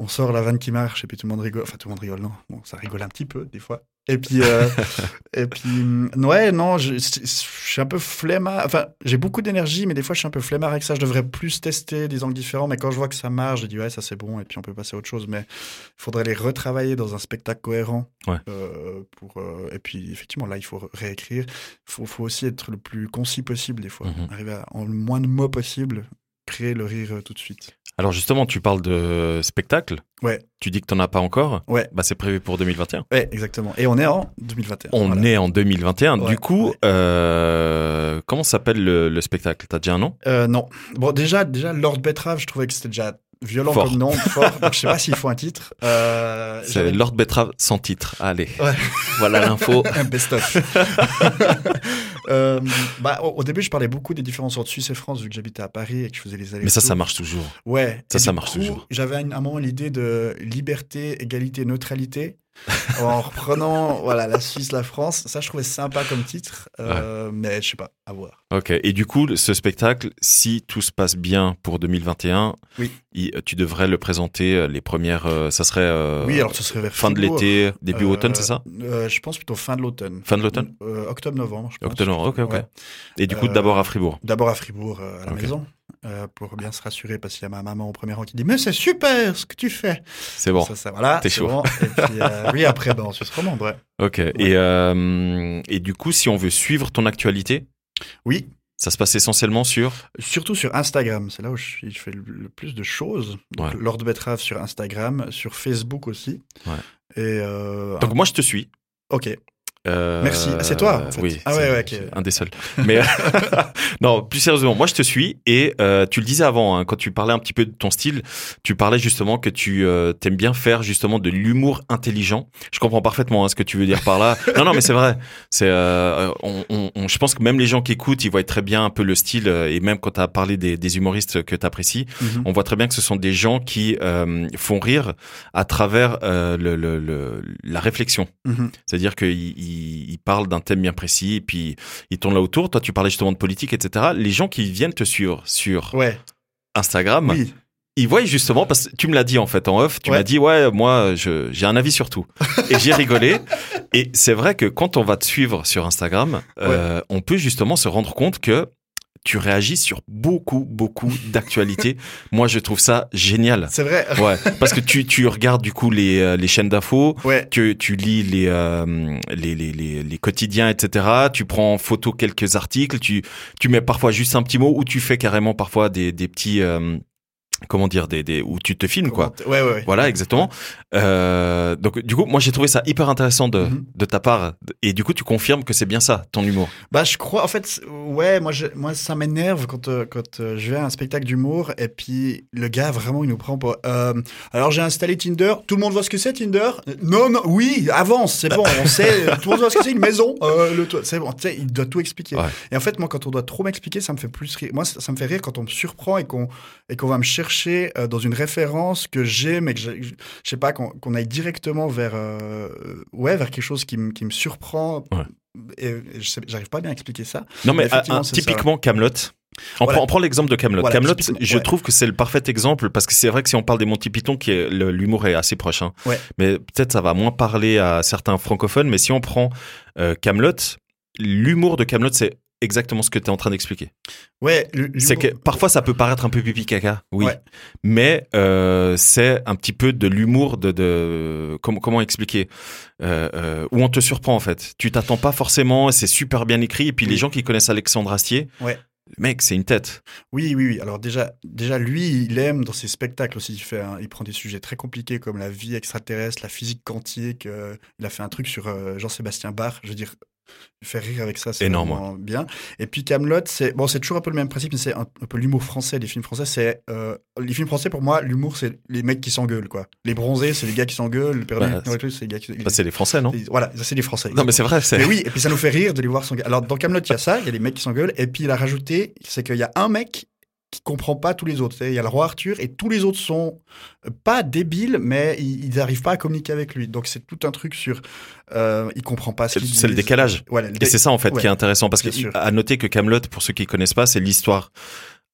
K: On sort la vanne qui marche et puis tout le monde rigole. Enfin, tout le monde rigole, non. Bon, ça rigole un petit peu, des fois. Et puis, euh, et puis hum, ouais, non, je, je suis un peu flemmard. Enfin, j'ai beaucoup d'énergie, mais des fois, je suis un peu flemmard avec ça. Je devrais plus tester des angles différents. Mais quand je vois que ça marche, je dis, ouais, ça c'est bon, et puis on peut passer à autre chose. Mais il faudrait les retravailler dans un spectacle cohérent.
J: Ouais.
K: Euh, pour, euh, et puis, effectivement, là, il faut réécrire. Il faut, faut aussi être le plus concis possible, des fois.
J: Mhm.
K: Arriver à, en le moins de mots possible, créer le rire euh, tout de suite.
J: Alors justement, tu parles de spectacle.
K: Ouais.
J: Tu dis que t'en as pas encore.
K: Ouais.
J: Bah, c'est prévu pour 2021.
K: Ouais, exactement. Et on est en 2021.
J: On est en 2021.
K: Ouais,
J: du coup,
K: ouais.
J: euh, comment s'appelle le, le spectacle T'as déjà un nom
K: Euh, non. Bon, déjà, déjà, Lord Betrave, je trouvais que c'était déjà violent
J: Fort.
K: comme nom, fort. Donc, je sais pas s'il faut un titre. Euh,
J: C'est
K: j'avais-
J: Lord Betrave sans titre. Allez,
K: Ouais.
J: voilà l'info.
K: Un best-of. Euh, bah, au, au début, je parlais beaucoup des différences entre Suisse et France, vu que j'habitais à Paris et que je faisais les allers
J: Mais ça, ça marche toujours.
K: Ouais.
J: Ça,
K: Et
J: ça
K: du
J: marche
K: coup,
J: toujours.
K: J'avais à un moment l'idée de liberté, égalité, neutralité. en reprenant voilà, la Suisse, la France. Ça, je trouvais sympa comme titre. Euh, Mais je sais pas, à voir.
J: Ok. Et du coup, ce spectacle, si tout se passe bien pour 2021,
K: Oui.
J: il- euh, tu devrais le présenter euh, les premières. euh, ça serait euh,
K: oui, alors ce serait vers
J: fin de
K: Fribourg.
J: l'été, début
K: Euh,
J: automne, c'est ça
K: euh, Je pense plutôt fin de l'automne.
J: Fin de l'automne
K: Euh, Octobre-novembre, je pense.
J: Octobre, ok, ok.
K: Ouais.
J: Et du coup,
K: euh,
J: d'abord à Fribourg.
K: D'abord à Fribourg, euh, à la
J: Ok.
K: maison, euh, pour bien se rassurer, parce qu'il y a ma maman au premier rang qui dit « Mais c'est super ce que tu fais
J: C'est !» bon.
K: Ça, ça, voilà.
J: T'es
K: c'est
J: chaud.
K: bon. Et puis, euh, oui, après, ben, on se remonte, ouais.
J: Ok. Et, euh, et du coup, si on veut suivre ton actualité,
K: Oui,
J: ça se passe essentiellement sur.
K: Surtout sur Instagram, c'est là où je, suis- je fais le, le plus de choses. Donc,
J: Ouais.
K: Lord Betrave sur Instagram, sur Facebook aussi.
J: Ouais.
K: Et euh,
J: Donc moi, je te suis.
K: ok,
J: Euh,
K: Merci. Ah, c'est toi, en fait.
J: Oui.
K: Ah ouais,
J: c'est-
K: ouais, ok.
J: c'est Un des seuls. Mais non, plus sérieusement, moi je te suis et euh, tu le disais avant, hein, quand tu parlais un petit peu de ton style, tu parlais justement que tu euh, t'aimes bien faire justement de l'humour intelligent. Je comprends parfaitement hein, ce que tu veux dire par là. non, non, mais c'est vrai. C'est, euh, on, on- on- je pense que même les gens qui écoutent, ils voient très bien un peu le style euh, et même quand tu as parlé des, des humoristes que tu apprécies,
K: Mhm.
J: on voit très bien que ce sont des gens qui euh, font rire à travers euh, le- le- le- la réflexion.
K: Mhm.
J: C'est-à-dire qu'il il, il parle d'un thème bien précis et puis il tourne là autour. Toi, tu parlais justement de politique, etc. Les gens qui viennent te suivre sur
K: ouais,
J: Instagram,
K: oui,
J: ils voient justement, parce que tu me l'as dit en fait en off, tu
K: Ouais.
J: m'as dit, ouais, moi, je- j'ai un avis sur tout. Et j'ai rigolé. Et c'est vrai que quand on va te suivre sur Instagram, euh, on peut justement se rendre compte que tu réagis sur beaucoup, beaucoup d'actualités. Moi, je trouve ça génial.
K: c'est vrai.
J: Ouais, parce que tu, tu regardes du coup les, euh, les chaînes d'infos,
K: Ouais,
J: que tu lis les, euh, les, les, les, les quotidiens, etc. Tu prends en photo quelques articles, tu, tu mets parfois juste un petit mot ou tu fais carrément parfois des, des petits... euh, comment dire des, des, Où tu te filmes, quoi.
K: comment- Ouais, ouais, ouais.
J: Voilà, exactement. Euh, donc, du coup, moi, j'ai trouvé ça hyper intéressant de,
K: Mhm.
J: de ta part. Et du coup, tu confirmes que c'est bien ça, ton humour.
K: Bah, je crois, en fait, c'est- ouais, moi, je- moi ça m'énerve quand, euh, quand euh, je vais à un spectacle d'humour et puis le gars, vraiment, il nous prend pour. euh, alors, j'ai installé Tinder. Tout le monde voit ce que c'est, Tinder Euh, Non, non, oui, avance, c'est bon, on sait. euh, Tout le monde voit ce que c'est, une maison. euh, le toit, c'est bon, tu sais, il doit tout expliquer.
J: Ouais.
K: Et en fait, moi, quand on doit trop m'expliquer, ça me fait plus rire. Moi, ça, ça me fait rire quand on me surprend et qu'on et qu'on va me chercher euh, dans une référence que j'ai, mais que j'ai- je sais pas, qu'on qu'on aille directement vers, euh, ouais, vers quelque chose qui, me- qui me surprend.
J: Ouais.
K: Et, et je sais- j'arrive pas bien à expliquer ça.
J: Non, mais,
K: Mais effectivement,
J: ah, ah,
K: c'est
J: typiquement, Camelot. On,
K: Voilà.
J: prend, on prend l'exemple de Camelot.
K: Voilà,
J: Camelot,
K: typiquement,
J: je
K: ouais.
J: trouve que c'est le parfait exemple parce que c'est vrai que si on parle des Monty Python, qui est- le- l'humour est assez proche. hein.
K: Ouais.
J: Mais peut-être ça va moins parler à certains francophones. Mais si on prend euh, Camelot, l'humour de Camelot, c'est exactement ce que tu es en train d'expliquer.
K: Ouais, le-
J: C'est que
K: l'humour-
J: parfois ça peut paraître un peu pipi caca, oui.
K: Ouais.
J: Mais euh, c'est un petit peu de l'humour de, de comment, comment expliquer Euh, euh, où on te surprend en fait. Tu t'attends pas forcément, c'est super bien écrit. Et puis les gens qui connaissent Alexandre Astier,
K: Ouais.
J: le mec, c'est une tête.
K: Oui, oui, oui. Alors déjà, déjà, lui, il aime dans ses spectacles aussi. Il fait, un- il prend des sujets très compliqués comme la vie extraterrestre, la physique quantique. euh, il a fait un truc sur euh, Jean-Sébastien Bach. Je veux dire, faire rire avec ça, c'est
J: Énorme,
K: vraiment bien. Et puis Camelot, c'est bon, c'est toujours un peu le même principe, mais c'est un, un peu l'humour français. Les films français, c'est euh, les films français pour moi, l'humour, c'est les mecs qui s'engueulent, quoi. Les bronzés, c'est les gars qui s'engueulent. Le Père
J: Bah,
K: Noël, c'est les gars qui.
J: Bah, c'est les Français, non
K: ils- Voilà, ça c'est les Français.
J: Non, mais c'est vrai. c'est-
K: Mais oui, et puis ça nous fait rire de les voir s'engueuler. Alors dans Camelot, il y a ça, il y a les mecs qui s'engueulent, et puis il a rajouté, c'est qu'il y a un mec qui comprend pas tous les autres. Il y a le roi Arthur et tous les autres sont euh, pas débiles, mais ils ils n'arrivent pas à communiquer avec lui. Donc c'est tout un truc sur, euh, il comprend pas ce
J: C'est
K: qu'il
J: c'est le décalage.
K: Voilà, le
J: Et
K: dé-
J: c'est ça en fait
K: Ouais.
J: qui est intéressant parce que
K: Bien sûr.
J: à noter que Camelot, pour ceux qui connaissent pas, c'est l'histoire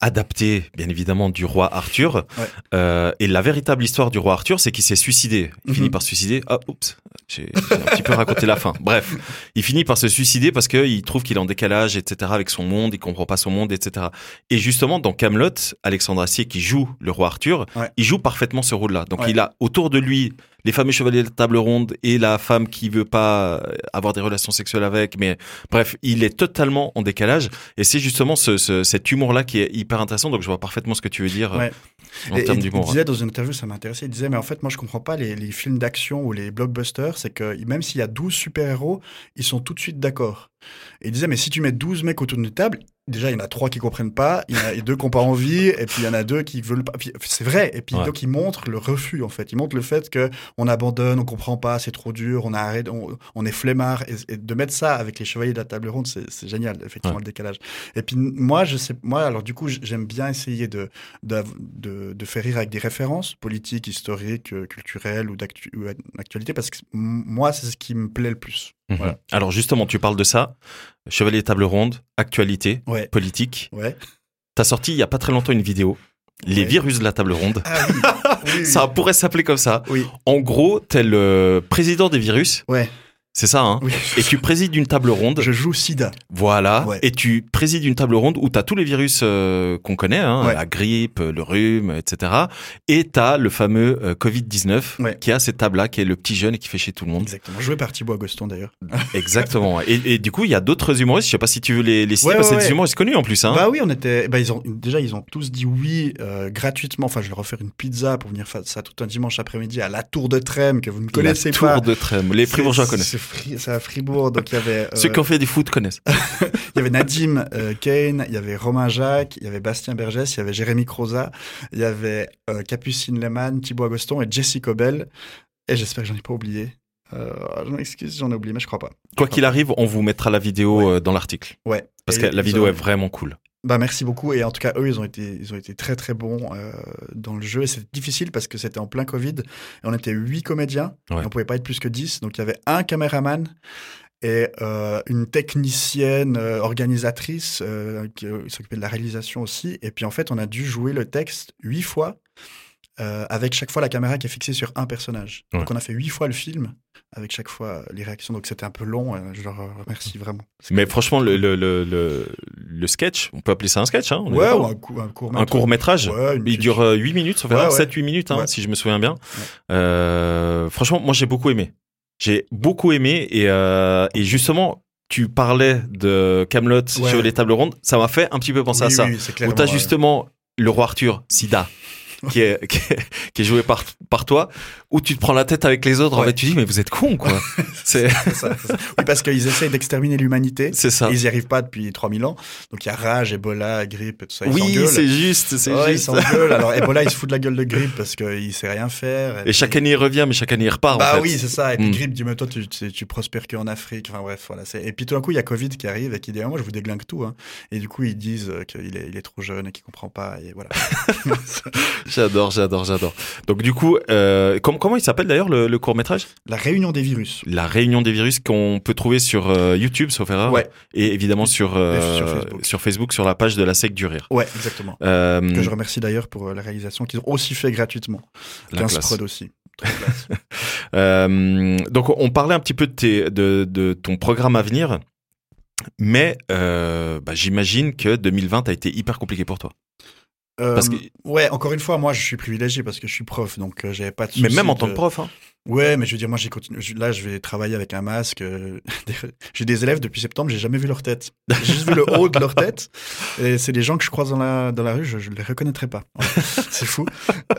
J: adaptée bien évidemment du roi Arthur.
K: Ouais.
J: Euh, et la véritable histoire du roi Arthur, c'est qu'il s'est suicidé. Il
K: Mhm.
J: finit par se suicider. Ah, oups, j'ai j'ai un petit peu raconté la fin. Bref, il finit par se suicider parce qu'il trouve qu'il est en décalage, etc. avec son monde, il comprend pas son monde, etc. Et justement dans Camelot, Alexandre Astier qui joue le roi Arthur,
K: Ouais.
J: il joue parfaitement ce rôle-là. Donc
K: Ouais.
J: il a autour de lui les fameux chevaliers de la table ronde et la femme qui veut pas euh, avoir des relations sexuelles avec, mais bref, il est totalement en décalage. Et c'est justement ce, ce- cet humour-là qui est hyper intéressant. Donc je vois parfaitement ce que tu veux dire euh,
K: Ouais.
J: en
K: Et- et
J: termes
K: il
J: d'humour. hein.
K: disait dans une interview, ça m'intéressait, il disait, mais en fait, moi, je comprends pas les, les films d'action ou les blockbusters, c'est que même s'il y a 12 super-héros, ils sont tout de suite d'accord. Et il disait, mais si tu mets 12 mecs autour d'une table, déjà, il y en a trois qui comprennent pas, il y en a deux qui n'ont pas envie, et puis il y en a deux qui veulent pas. Puis, C'est vrai. Et puis,
J: Ouais.
K: donc, il montre le refus, en fait. Il montre le fait que on abandonne, on comprend pas, c'est trop dur, on, arrête, on, on est flemmard. Et, et de mettre ça avec les chevaliers de la table ronde, c'est c'est génial, effectivement,
J: Ouais.
K: le décalage. Et puis, moi, je sais, moi, alors, du coup, j'aime bien essayer de, d'av- de, de faire rire avec des références politiques, historiques, euh, culturelles ou d'actu- ou d'actualité, parce que c'est- m- moi, c'est ce qui me plaît le plus.
J: Mhm.
K: Voilà.
J: Alors justement, tu parles de ça. Chevalier Table Ronde, actualité,
K: Ouais.
J: politique.
K: Ouais.
J: T'as sorti il y a pas très longtemps une vidéo. Les
K: Ouais.
J: virus de la table ronde.
K: Ah oui. oui, oui.
J: Ça pourrait s'appeler comme ça.
K: Oui.
J: En gros, t'es le président des virus.
K: Ouais.
J: C'est ça, hein.
K: Oui.
J: Et tu présides une table ronde.
K: Je joue Sida.
J: Voilà.
K: Ouais.
J: Et tu présides une table ronde où tu as tous les virus euh, qu'on connaît, hein,
K: Ouais.
J: la grippe, le rhume, etc. Et tu as le fameux euh, Covid-19
K: Ouais.
J: qui a cette table-là, qui est le petit jeune et qui fait chier tout le monde.
K: Exactement. Joué par Thibaut Agoston d'ailleurs.
J: Exactement. Et, et du coup, il y a d'autres humoristes. Je sais pas si tu veux les, les citer,
K: Ouais,
J: parce que
K: ouais,
J: c'est des
K: ouais.
J: humoristes connus en plus. Hein.
K: Bah oui, on était. Bah ils ont déjà ils ont tous dit oui euh, gratuitement. Enfin, je vais leur offrir une pizza pour venir faire ça tout un dimanche après-midi à la Tour de Trême que vous ne connaissez
J: La
K: pas.
J: Tour de Trême. Les
K: C'est-
J: Fribourgeois connaissent.
K: C'est Fri- c'est à Fribourg, donc il y avait. euh,
J: Ceux qui ont fait des foot connaissent.
K: Il y avait Nadim euh, Kane, il y avait Romain Jacques, il y avait Bastien Bergès, il y avait Jérémy Croza, il y avait euh, Capucine Lehmann, Thibaut Agoston et Jesse Cobel. Et j'espère que j'en ai pas oublié. Euh, je m'excuse, j'en ai oublié, mais je crois pas.
J: Quoi qu'il arrive, on vous mettra la vidéo euh, dans l'article.
K: Ouais.
J: Parce
K: Et
J: que la
K: ils
J: vidéo
K: ont-
J: est vraiment cool.
K: Bah merci beaucoup et en tout cas eux ils ont été ils ont été très très bons euh, dans le jeu et c'était difficile parce que c'était en plein Covid et on était huit comédiens
J: Ouais.
K: et on pouvait pas être plus que 10 donc il y avait un caméraman et euh, une technicienne euh, organisatrice euh, qui euh, s'occupait de la réalisation aussi et puis en fait on a dû jouer le texte huit fois euh, avec chaque fois la caméra qui est fixée sur un personnage donc on a fait huit fois le film avec chaque fois euh, les réactions donc c'était un peu long euh, je leur remercie vraiment
J: Mais franchement, le, le, le, le- le sketch, on peut appeler ça un sketch, hein, on est
K: ouais
J: d'accord
K: ou un, cou- un court
J: un court métrage.
K: Ouais, une
J: Il
K: petite-
J: dure 8 minutes, ça fait
K: Ouais, ouais.
J: 7-8 minutes, hein,
K: Ouais.
J: si je me souviens bien. Euh, franchement, moi, j'ai beaucoup aimé. J'ai beaucoup aimé. Et, euh, et justement, tu parlais de Camelot
K: Ouais.
J: sur les tables rondes. Ça m'a fait un petit peu penser
K: Oui,
J: à ça.
K: oui, c'est
J: où
K: clairement,
J: tu as
K: euh,
J: justement le roi Arthur, Sida. Qui est, qui, est, qui est joué par, par toi, où tu te prends la tête avec les autres, en
K: Ouais.
J: fait, tu dis, mais vous êtes cons, quoi. C'est
K: C'est ça, c'est ça. Oui, parce qu'ils essayent d'exterminer l'humanité.
J: c'est ça.
K: Et ils n'y arrivent pas depuis 3000 ans. Donc il y a rage, Ebola, grippe et tout ça. Ils
J: Oui,
K: s'engueulent.
J: c'est juste, c'est
K: Ouais, ils
J: juste.
K: s'engueulent. Alors Ebola, il se fout de la gueule de grippe parce qu'il sait rien faire.
J: Et
K: puis-
J: chaque année, il revient, mais chaque année, il repart,
K: Bah
J: en fait.
K: oui, c'est ça. Et puis
J: Mm.
K: grippe, dis-moi, toi, tu, tu, tu prospères qu'en Afrique. Enfin bref, voilà. c'est- Et puis tout d'un coup, il y a Covid qui arrive et qui dit, Ah, moi, je vous déglingue tout. hein. Et du coup, ils disent euh, qu'il est, il est trop jeune et qu'il comprend pas. Et voilà.
J: J'adore, j'adore, j'adore. Donc du coup, euh, com- comment il s'appelle d'ailleurs le, le court métrage
K: la réunion des virus.
J: La réunion des virus qu'on peut trouver sur euh, YouTube, sauf erreur,
K: Ouais.
J: et évidemment sur, euh,
K: Et sur Facebook.
J: sur Facebook, sur la page de la sec du rire.
K: Ouais, exactement.
J: Euh,
K: Que je remercie d'ailleurs pour euh, la réalisation qu'ils ont aussi fait gratuitement.
J: la
K: 15
J: classe.
K: prod aussi.
J: Euh, donc on parlait un petit peu de, tes- de, de ton programme à venir, mais euh, bah, j'imagine que 2020 a été hyper compliqué pour toi.
K: Euh,
J: Parce que-
K: Ouais, encore une fois, moi, je suis privilégié parce que je suis prof, donc euh, j'avais pas de
J: Mais
K: souci
J: même en tant que prof, hein.
K: euh, Ouais, mais je veux dire, moi, j'ai continué. je- Là, je vais travailler avec un masque. euh, des- j'ai des élèves depuis septembre, j'ai jamais vu leur tête. J'ai juste vu le haut de leur tête. Et c'est des gens que je croise dans la, dans la rue, je, je les reconnaîtrai pas. Ouais, c'est fou.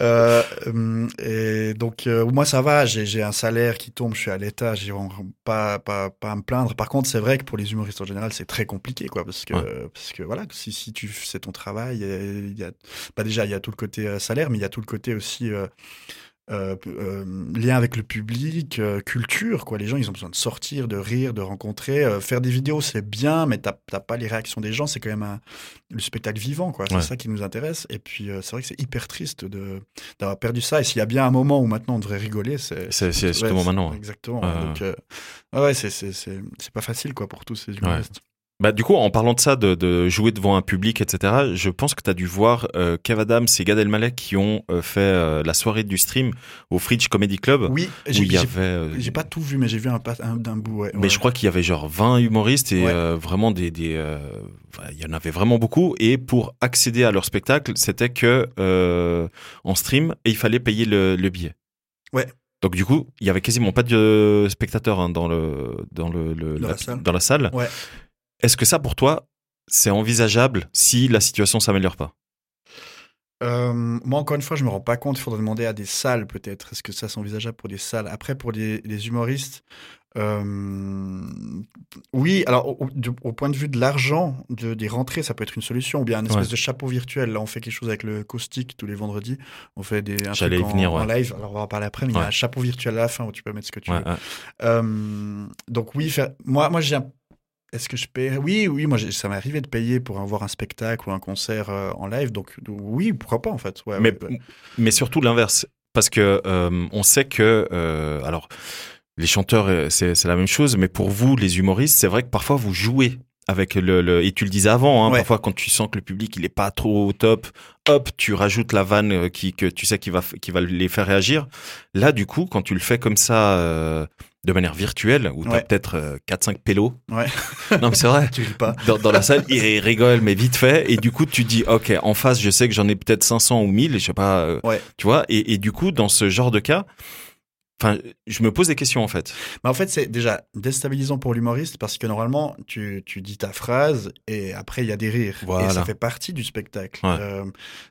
K: Euh, hum, et donc, euh, moi, ça va. J'ai, j'ai un salaire qui tombe, je suis à l'État, j'ai vraiment pas, pas, pas à me plaindre. Par contre, c'est vrai que pour les humoristes en général, c'est très compliqué, quoi. Parce que, parce que voilà, si, si tu, c'est ton travail, euh, il y a, bah, déjà, il y a tout le côté euh, salaire, mais il y a tout le côté aussi. euh, euh, p- euh, lien avec le public, euh, culture, quoi. Les gens, ils ont besoin de sortir, de rire, de rencontrer. Euh, faire des vidéos, c'est bien, mais t'as t'as pas les réactions des gens. C'est quand même un- le spectacle vivant, quoi. C'est
J: Ouais.
K: ça qui nous intéresse. Et puis, euh, c'est vrai que c'est hyper triste de- d'avoir perdu ça. Et s'il y a bien un moment où maintenant on devrait rigoler, c'est.
J: c'est c'est
K: ouais,
J: justement
K: c'est-
J: maintenant. hein.
K: Exactement.
J: Euh.
K: Donc, euh, ah ouais, c'est- c'est c'est- c'est pas facile, quoi, pour tous ces humoristes.
J: Bah, du coup, en parlant de ça, de, de jouer devant un public, etc., je pense que tu as dû voir euh, Kev Adams et Gad Elmaleh qui ont euh, fait euh, la soirée du stream au Fridge Comedy Club.
K: Oui,
J: Bah, où
K: j'ai
J: il y
K: j'ai-
J: avait, euh,
K: j'ai pas tout vu, mais j'ai vu un, pas- un- d'un bout. ouais,
J: mais
K: ouais.
J: je crois qu'il y avait genre 20 humoristes et
K: Ouais.
J: euh, vraiment des. des, euh, enfin, il y en avait vraiment beaucoup. Et pour accéder à leur spectacle, c'était que euh, en stream et il fallait payer le, le billet.
K: Ouais.
J: Donc du coup, il y avait quasiment pas de spectateurs hein, dans le dans le, le-
K: Dans la salle.
J: dans la salle.
K: Ouais.
J: Est-ce que ça pour toi c'est envisageable si la situation s'améliore pas
K: Euh, moi, encore une fois, je me rends pas compte. Il faudrait demander à des salles, peut-être. Est-ce que ça, c'est envisageable pour des salles Après, pour les, les humoristes, euh, oui. Alors, au, au- du- au point de vue de l'argent, de, des rentrées, ça peut être une solution. Ou bien un espèce
J: Ouais.
K: de chapeau virtuel. Là, on fait quelque chose avec le caustique tous les vendredis. On fait des, un
J: J'allais
K: truc
J: y
K: en,
J: venir, ouais.
K: en live. Alors, on va en parler après. Mais il y
J: Ouais.
K: a un chapeau virtuel à la fin où tu peux mettre ce que tu
J: Ouais,
K: veux.
J: ouais.
K: Euh, donc oui, faire- moi, moi j'ai un- Est-ce que je paie Oui, oui, moi j'ai- ça m'est arrivé de payer pour avoir un spectacle ou un concert euh, en live, donc oui, pourquoi pas en fait. Ouais, bah.
J: mais,
K: ouais, ouais.
J: mais surtout l'inverse. Parce que euh, on sait que, euh, alors, les chanteurs, euh, c'est c'est la même chose, mais pour vous, les humoristes, c'est vrai que parfois vous jouez avec le, le- et tu le disais avant, hein,
K: Ouais.
J: parfois quand tu sens que le public il est pas trop au top, hop, tu rajoutes la vanne euh, qui que tu sais qui va f- qui va les faire réagir. Là, du coup, quand tu le fais comme ça euh, de manière virtuelle, où t'as
K: Ouais.
J: peut-être 4-5 pélos.
K: Ouais.
J: non, mais c'est vrai
K: Tu ris pas.
J: dans, dans la salle, ils ri- rigolent, mais vite fait. Et du coup, tu dis, OK, en face, je sais que j'en ai peut-être 500 ou 1000, je sais pas. euh,
K: Ouais.
J: Tu vois, et, et du coup, dans ce genre de cas, enfin, je me pose des questions, en fait.
K: Mais Bah, en fait, c'est déjà déstabilisant pour l'humoriste parce que normalement, tu, tu dis ta phrase et après, il y a des rires.
J: Voilà.
K: Et ça fait partie du spectacle.
J: Ouais.
K: Euh,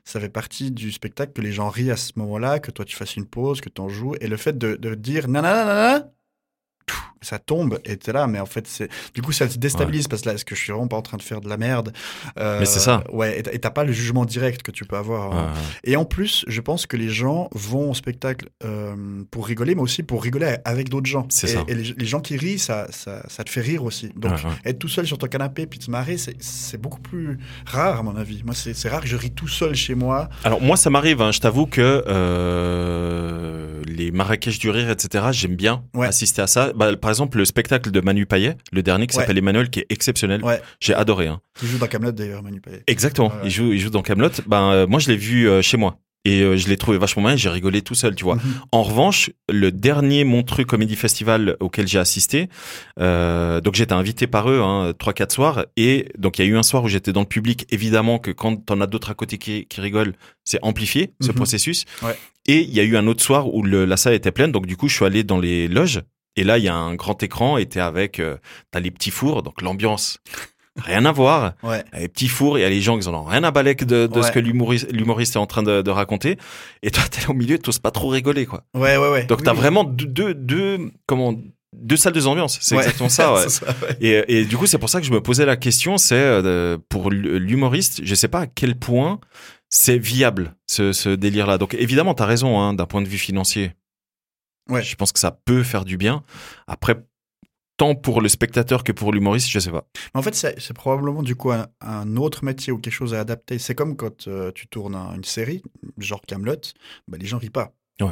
K: ça fait partie du spectacle que les gens rient à ce moment-là, que toi, tu fasses une pause, que tu en joues. Et le fait de, de dire nanana, nanana, tout, ça tombe et t'es là. Mais en fait, c'est du coup, ça te déstabilise parce que là, est-ce que je suis vraiment pas en train de faire de la merde Euh,
J: Mais c'est ça.
K: Ouais, et t'as- et t'as pas le jugement direct que tu peux avoir. hein.
J: Ouais, ouais.
K: Et en plus, je pense que les gens vont au spectacle euh, pour rigoler, mais aussi pour rigoler avec d'autres gens.
J: C'est
K: et,
J: ça.
K: et les, les gens qui rient, ça, ça, ça te fait rire aussi. Donc,
J: Ouais, ouais.
K: être tout seul sur ton canapé puis te marrer, c'est- c'est beaucoup plus rare, à mon avis. Moi, c'est c'est rare que je ris tout seul chez moi.
J: Alors, moi, ça m'arrive, hein, je t'avoue que euh, les Marrakech du rire, etc., j'aime bien
K: Ouais.
J: assister à ça. Bah, par exemple, le spectacle de Manu Payet, le dernier qui
K: Ouais.
J: s'appelle Emmanuel, qui est exceptionnel.
K: Ouais.
J: J'ai adoré. hein.
K: Qui joue dans Camelot d'ailleurs, Manu Payet.
J: Exactement.
K: Ouais.
J: Il joue, il joue dans Camelot. Ben, euh, moi, je l'ai vu euh, chez moi. Et euh, je l'ai trouvé vachement bien. et J'ai rigolé tout seul, tu vois.
K: Mhm.
J: En revanche, le dernier Montreux Comedy Festival auquel j'ai assisté, euh, donc j'étais invité par eux hein, trois quatre soirs, et donc il y a eu un soir où j'étais dans le public. Évidemment que quand t'en as d'autres à côté qui, qui rigolent, c'est amplifié ce
K: Mhm.
J: processus.
K: Ouais.
J: Et il y a eu un autre soir où le- la salle était pleine, donc du coup je suis allé dans les loges. Et là, il y a un grand écran, et t'es avec, euh, t'as les petits fours, donc l'ambiance, rien à voir.
K: Ouais.
J: Il y a les petits fours, il y a les gens qui en ont rien à balèque de, de
K: Ouais.
J: ce que l'humoriste l'humoriste est en train de, de raconter. Et toi, t'es là au milieu, t'oses pas trop rigoler, quoi.
K: Ouais, ouais, ouais.
J: Donc
K: Oui,
J: t'as
K: oui.
J: vraiment deux, deux, deux- comment deux salles de ambiance, c'est
K: Ouais.
J: exactement ça. ouais.
K: C'est ouais.
J: Et, et du coup, c'est pour ça que je me posais la question, c'est euh, pour l'humoriste, je sais pas à quel point c'est viable ce, ce délire-là. Donc évidemment, t'as raison hein, d'un point de vue financier.
K: Ouais.
J: Je pense que ça peut faire du bien. Après, tant pour le spectateur que pour l'humoriste, je sais pas.
K: Mais En fait, c'est c'est probablement du coup un, un autre métier ou quelque chose à adapter. C'est comme quand euh, tu tournes un- une série, genre Camelot, bah, les gens rient pas.
J: Ouais.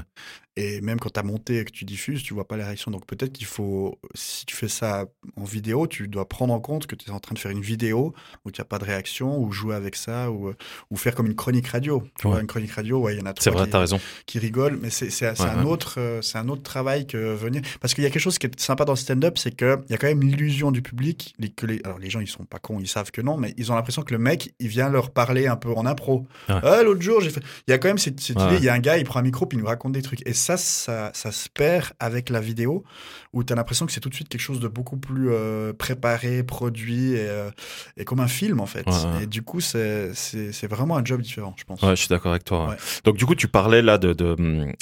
K: Et même quand tu as monté et que tu diffuses, tu vois pas la réaction. Donc peut-être qu'il faut, si tu fais ça en vidéo, tu dois prendre en compte que tu es en train de faire une vidéo où tu n'as pas de réaction, ou jouer avec ça, ou, euh, ou faire comme une chronique radio. Tu vois,
J: Ouais.
K: une chronique radio, ouais, il y en a
J: C'est
K: trois
J: vrai,
K: qui-
J: t'as raison.
K: qui rigole, mais c'est c'est- c'est
J: Ouais,
K: un,
J: ouais.
K: autre, euh, c'est un autre travail que venir. Parce qu'il y a quelque chose qui est sympa dans le stand-up, c'est qu'il y a quand même l'illusion du public. les- que les, alors les gens, ils sont pas cons, ils savent que non, mais ils ont l'impression que le mec, il vient leur parler un peu en impro.
J: Ouais.
K: Ah, L'autre jour, j'ai fait. Il y a quand même cette, cette
J: Ouais.
K: idée, il y a un gars, il prend un micro, puis il nous raconte des trucs. Et ça, ça, ça se perd avec la vidéo, où tu as l'impression que c'est tout de suite quelque chose de beaucoup plus euh, préparé, produit, et, euh, et comme un film, en fait.
J: Ouais, ouais.
K: Et du coup, c'est c'est- c'est vraiment un job différent, je pense.
J: Ouais, je suis d'accord avec toi. ouais.
K: Ouais.
J: Donc du coup, tu parlais là de, de,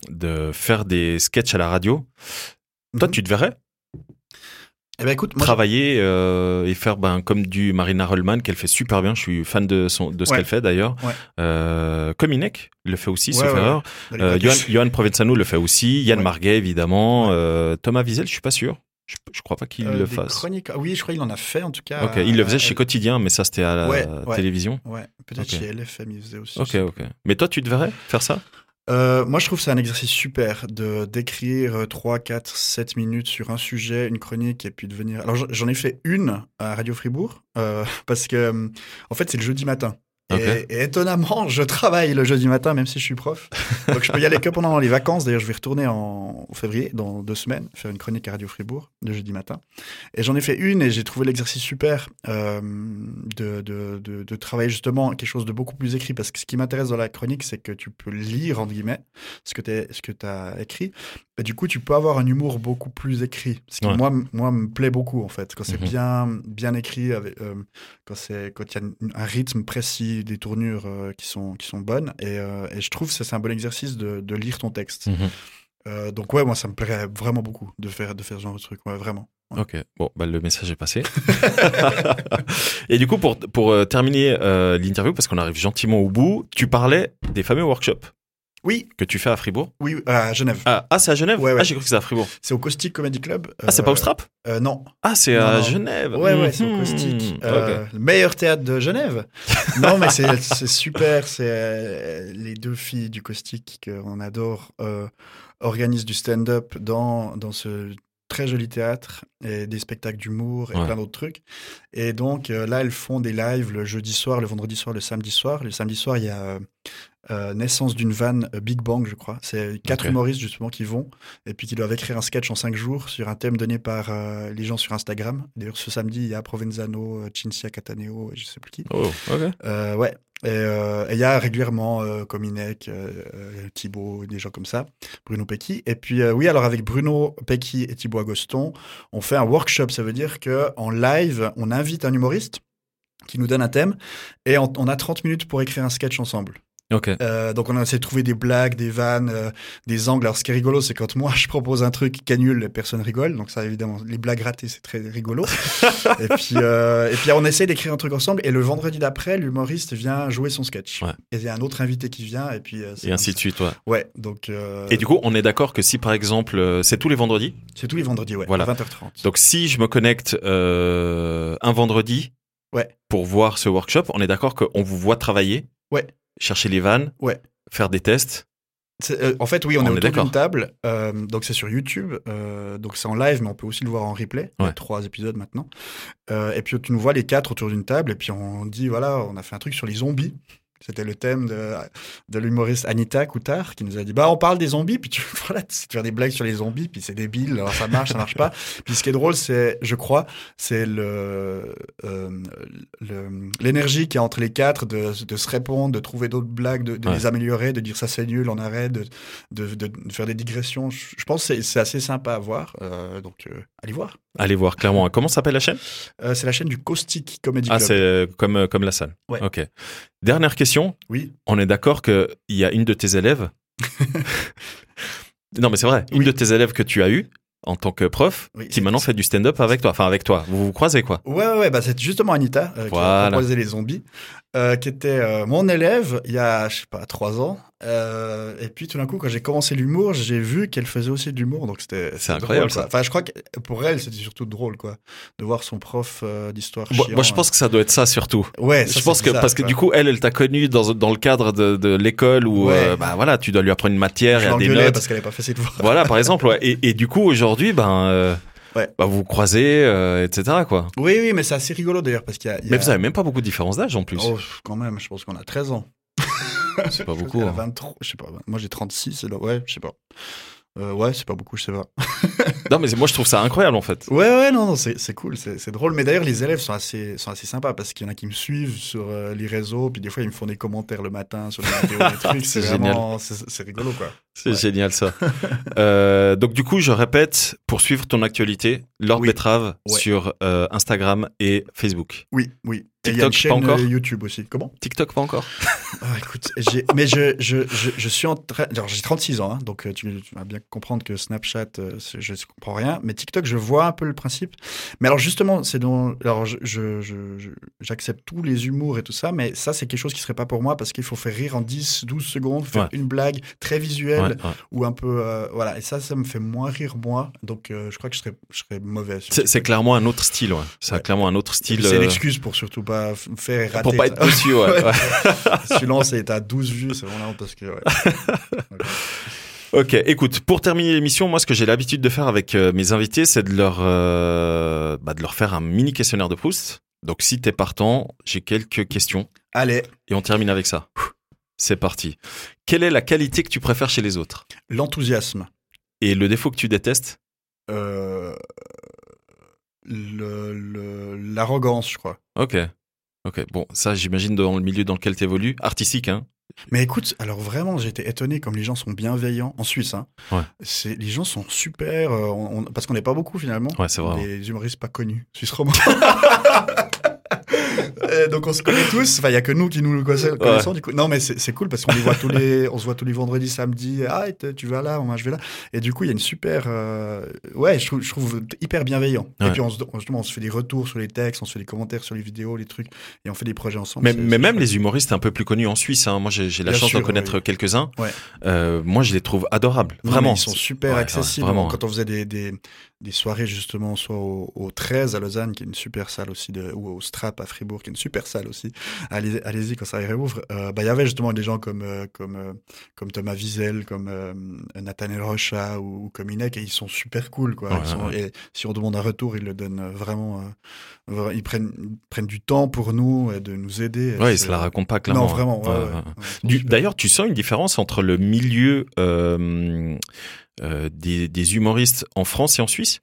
J: de faire des sketchs à la radio. Toi,
K: Mhm.
J: tu te verrais
K: Eh ben, écoute, moi,
J: travailler euh, et faire ben, comme du Marina Rollman, qu'elle fait super bien. Je suis fan de, son, de ce
K: Ouais.
J: qu'elle fait d'ailleurs.
K: Ouais.
J: Euh, Kominek le fait aussi,
K: Ouais,
J: sauf
K: ouais,
J: erreur.
K: dans les
J: Euh,
K: podcasts-
J: Johan, Johan Provenzano le fait aussi. Yann
K: Ouais.
J: Marguet, évidemment. Euh, Thomas Wiesel, je suis pas sûr. Je, je crois pas qu'il
K: Euh,
J: le
K: des
J: fasse.
K: chroniques- ah Oui, je crois qu'il en a fait en tout cas.
J: Ok, il le faisait
K: Euh,
J: chez Quotidien, mais ça c'était à la
K: Ouais, ouais.
J: télévision.
K: Ouais, peut-être
J: Ok.
K: chez LFM, il faisait aussi.
J: Ok, ok. Mais toi, tu te verrais faire ça
K: Euh, moi, je trouve que c'est un exercice super de d'écrire euh, 3, 4, 7 minutes sur un sujet, une chronique, et puis de venir. Alors, j'en- j'en ai fait une à Radio Fribourg, euh, parce que, euh, en fait, c'est le jeudi matin. Et,
J: Ok.
K: et étonnamment, je travaille le jeudi matin, même si je suis prof. Donc, je peux y aller que pendant les vacances. D'ailleurs, je vais retourner en en février, dans deux semaines, faire une chronique à Radio Fribourg, le jeudi matin. Et j'en ai fait une et j'ai trouvé l'exercice super euh, de, de, de, de travailler justement quelque chose de beaucoup plus écrit. Parce que ce qui m'intéresse dans la chronique, c'est que tu peux lire, entre guillemets, ce que t'es- ce que tu as écrit. Et du coup, tu peux avoir un humour beaucoup plus écrit. Ce qui,
J: Ouais.
K: moi, m- moi, me plaît beaucoup, en fait. Quand c'est
J: Mhm.
K: bien, bien écrit, avec, euh, quand c'est- quand il y a une- un rythme précis, des tournures euh, qui, sont, qui sont bonnes. Et, euh, et je trouve que ça, c'est un bon exercice de, de lire ton texte.
J: Mm.
K: Euh, donc, ouais, moi, ça me plairait vraiment beaucoup de faire, de faire ce genre de truc. Ouais, vraiment.
J: Ok, bon, bah, le message est passé. et du coup, pour, pour euh, terminer euh, l'interview, parce qu'on arrive gentiment au bout, tu parlais des fameux workshops
K: Oui,
J: que tu fais à Fribourg.
K: oui, euh, à Genève.
J: Ah, ah, c'est à Genève
K: Ouais, ouais.
J: Ah, j'ai cru que c'était à Fribourg.
K: C'est au Caustic Comedy Club.
J: Ah, c'est
K: Euh,
J: pas au Strap
K: euh, Non.
J: Ah, c'est
K: non,
J: à
K: non.
J: Genève.
K: Ouais, ouais, c'est au
J: Mhm.
K: Caustic.
J: Ok.
K: Euh, Le meilleur théâtre de Genève. non, mais c'est c'est super. C'est euh, les deux filles du Caustic qu'on adore euh, organisent du stand-up dans, dans ce très joli théâtre et des spectacles d'humour et
J: Ouais.
K: plein d'autres trucs. Et donc euh, là, elles font des lives le jeudi soir, le vendredi soir, le samedi soir. Le samedi soir, il y a euh, euh, Naissance d'une vanne euh, Big Bang, je crois. C'est quatre
J: Ok.
K: humoristes justement qui vont et puis qui doivent écrire un sketch en cinq jours sur un thème donné par euh, les gens sur Instagram. D'ailleurs, ce samedi, il y a Provenzano, euh, Cinzia Cataneo, et je sais plus qui.
J: Oh, ok.
K: Euh, ouais. Et euh, et il y a régulièrement euh, Kominek, euh, euh, Thibaut, des gens comme ça, Bruno Pecky. Et puis euh, oui, alors avec Bruno Pecky et Thibaut Agoston, on fait un workshop. Ça veut dire que en live, on invite un humoriste qui nous donne un thème et on, on a 30 minutes pour écrire un sketch ensemble.
J: Ok.
K: Euh, donc on a essayé de trouver des blagues, des vannes, euh, des angles. Alors ce qui est rigolo, c'est quand moi je propose un truc canule, personne rigole. Donc ça évidemment, les blagues ratées, c'est très rigolo. et puis euh, et puis on essaie d'écrire un truc ensemble. Et le vendredi d'après, l'humoriste vient jouer son sketch.
J: Ouais.
K: Et il y a un autre invité qui vient. Et puis euh, c'est
J: Et ainsi de
K: un-
J: suite, ouais.
K: Ouais. Donc euh,
J: Et du coup, on est d'accord que si par exemple, euh, c'est tous les vendredis.
K: c'est tous les vendredis, ouais.
J: Voilà.
K: à 20h30.
J: Donc si je me connecte euh, un vendredi
K: Ouais.
J: pour voir ce workshop, on est d'accord qu'on vous voit travailler,
K: Ouais.
J: chercher les vannes,
K: Ouais.
J: faire des tests.
K: C'est- euh, en fait, oui, on,
J: On
K: est
J: est
K: autour
J: d'accord.
K: d'une table. euh, donc, c'est sur YouTube. euh, donc, c'est en live, mais on peut aussi le voir en replay. Il y a
J: Ouais.
K: trois épisodes maintenant. Euh, et puis, tu nous vois les quatre autour d'une table. Et puis, on dit voilà, on a fait un truc sur les zombies. C'était le thème de, de l'humoriste Anita Coutard qui nous a dit bah on parle des zombies puis tu voilà tu sais, de faire des blagues sur les zombies puis c'est débile alors ça marche ça marche pas puis ce qui est drôle c'est je crois c'est le euh, le- l'énergie qu'il y a entre les quatre de, de se répondre de trouver d'autres blagues de, de
J: Ouais.
K: les améliorer de dire ça c'est nul on arrête de, de, de- de faire des digressions je, je pense que c'est- c'est assez sympa à voir euh, donc euh, allez voir
J: Allez voir clairement. Comment s'appelle la chaîne
K: Euh, c'est la chaîne du Caustic Comedy
J: Ah,
K: Club
J: c'est euh, comme, euh, comme la salle.
K: Ouais.
J: Ok. Dernière question.
K: oui
J: On est d'accord qu'il y a une de tes élèves. non, mais c'est vrai. Une
K: Oui.
J: de tes élèves que tu as eue en tant que prof,
K: Oui,
J: qui
K: c'est-
J: maintenant fait du stand-up avec toi. Enfin, avec toi. Vous vous croisez, quoi.
K: Ouais, ouais, ouais, bah c'est justement Anita euh, qui
J: Voilà.
K: a proposé les zombies, euh, qui était euh, mon élève il y a, je sais pas, trois ans. Euh, et puis tout d'un coup, quand j'ai commencé l'humour, j'ai vu qu'elle faisait aussi de l'humour, donc c'était
J: C'est
K: c'était
J: incroyable,
K: drôle,
J: ça.
K: Enfin, je crois que pour elle, c'était surtout drôle, quoi, de voir son prof euh, d'histoire.
J: Moi,
K: chiant,
J: moi, je pense que ça doit être ça surtout.
K: euh. Ouais, ça,
J: je pense
K: c'est
J: que
K: bizarre,
J: parce que
K: quoi.
J: du coup elle elle t'a connu dans, dans le cadre de, de l'école où
K: Ouais.
J: euh, bah voilà tu dois lui apprendre une matière
K: je
J: il y a des
K: l'engueulais
J: notes
K: parce qu'elle n'avait pas fait ses devoirs.
J: voilà par exemple ouais. et, et du coup aujourd'hui ben euh,
K: Ouais.
J: bah, vous vous croisez euh, etc quoi
K: Oui, oui, mais c'est assez rigolo d'ailleurs parce qu'il y a. il y
J: mais
K: a-
J: vous avez même pas beaucoup de différence d'âge en plus
K: Oh, quand même, je pense qu'on a 13 ans.
J: c'est pas
K: Je pense
J: beaucoup
K: qu'elle a
J: hein.
K: 23, je sais pas. Moi, j'ai 36. elle a- Ouais, je sais pas. Euh, ouais, c'est pas beaucoup, je sais pas.
J: non mais c'est- moi je trouve ça incroyable en fait
K: Ouais, ouais, non, non c'est c'est cool, c'est c'est drôle. Mais d'ailleurs, les élèves sont assez, sont assez sympas parce qu'il y en a qui me suivent sur euh, les réseaux, puis des fois, ils me font des commentaires le matin sur les vidéos, des trucs.
J: C'est
K: C'est vraiment, c'est c'est rigolo, quoi.
J: c'est
K: Ouais.
J: génial ça Euh, donc du coup je répète pour suivre ton actualité Lord
K: Oui.
J: Betrave
K: Ouais.
J: sur euh, Instagram et Facebook
K: Oui, oui. Et il y a une
J: TikTok, pas
K: chaîne
J: encore
K: euh, YouTube aussi. Comment
J: TikTok pas encore
K: ah, Écoute, j'ai- mais je, je, je, je suis en train. Alors, j'ai 36 ans, hein, donc euh, tu, tu vas bien comprendre que Snapchat, euh, c'est- je ne comprends rien. Mais TikTok, je vois un peu le principe. Mais alors, justement, c'est dans. Alors, je- je- je- je- j'accepte tous les humours et tout ça, mais ça, c'est quelque chose qui serait pas pour moi parce qu'il faut faire rire en 10, 12 secondes, faire
J: Ouais.
K: une blague très
J: Ouais,
K: visuelle
J: ouais.
K: ou un peu. euh, voilà, et ça, ça me fait moins rire, moi. Donc, euh, je crois que je serais, je serais mauvais. sur
J: c'est c'est
K: TikTok.
J: clairement un autre style ouais. c'est
K: Ouais.
J: clairement un autre
K: Et puis,
J: style
K: C'est
J: euh,
K: l'excuse pour surtout pas f- faire et rater.
J: pour pas être dessus ouais.
K: Ouais.
J: ouais.
K: Celui-là, c'est à 12 vues, c'est vraiment parce que. ouais.
J: Ok, écoute, pour terminer l'émission, moi ce que j'ai l'habitude de faire avec euh, mes invités, c'est de leur euh, bah, de leur faire un mini questionnaire de Proust. Donc si t'es partant, j'ai quelques questions
K: Allez,
J: et on termine avec ça. C'est parti. Quelle est la qualité que tu préfères chez les autres
K: l'enthousiasme.
J: et le défaut que tu détestes
K: Euh, le- le- L'arrogance, je crois.
J: Ok, ok. Bon, ça j'imagine dans le milieu dans lequel t'évolues, artistique, hein.
K: Mais écoute, alors vraiment, j'étais étonné comme les gens sont bienveillants en Suisse. Hein.
J: Ouais.
K: C'est- Les gens sont super, euh, on- on- parce qu'on n'est pas beaucoup finalement.
J: Ouais, c'est vrai.
K: Des humoristes pas connus, suisse romand. Euh, donc on se connaît tous. Enfin, il y a que nous qui nous connaissons. connaissons, Du coup, non, mais c'est c'est cool parce qu'on les voit tous les, on se voit tous les vendredis, samedis. Ah, et t- tu vas là, moi je vais là. Et du coup, il y a une super, euh, ouais, je trouve, je trouve hyper bienveillant.
J: Ouais.
K: Et puis on se, on- justement, on se fait des retours sur les textes, on se fait des commentaires sur les vidéos, les trucs, et on fait des projets ensemble.
J: Mais,
K: C'est-
J: mais
K: c'est
J: même
K: chouette.
J: les humoristes un peu plus connus en Suisse, hein. moi j'ai j'ai la
K: Bien
J: chance d'en
K: sûr,
J: connaître
K: oui.
J: quelques-uns.
K: Ouais.
J: Euh, moi je les trouve adorables,
K: Non, mais
J: vraiment.
K: ils sont super
J: Ouais, ouais,
K: accessibles.
J: vraiment.
K: Quand on faisait des, des, des soirées justement soit au, au 13 à Lausanne qui est une super salle aussi de, ou au Strap à Fribourg qui est une super salle aussi allez-y allez-y quand ça réouvre euh, bah il y avait justement des gens comme euh, comme euh, comme Thomas Wiesel comme euh, Nathaniel Rocha ou, ou comme Inek et ils sont super cool quoi
J: Ouais,
K: Ils sont-
J: ouais,
K: et si on demande un retour ils le donnent vraiment euh, vra- ils prennent ils prennent du temps pour nous et de nous aider
J: Ouais,
K: Et
J: ils se
K: c'est-
J: la racontent pas clairement.
K: non vraiment ouais,
J: Ouais,
K: ouais,
J: ouais.
K: ouais.
J: Du-
K: Super.
J: D'ailleurs, tu sens une différence entre le milieu euh, euh, des, des humoristes en France et en Suisse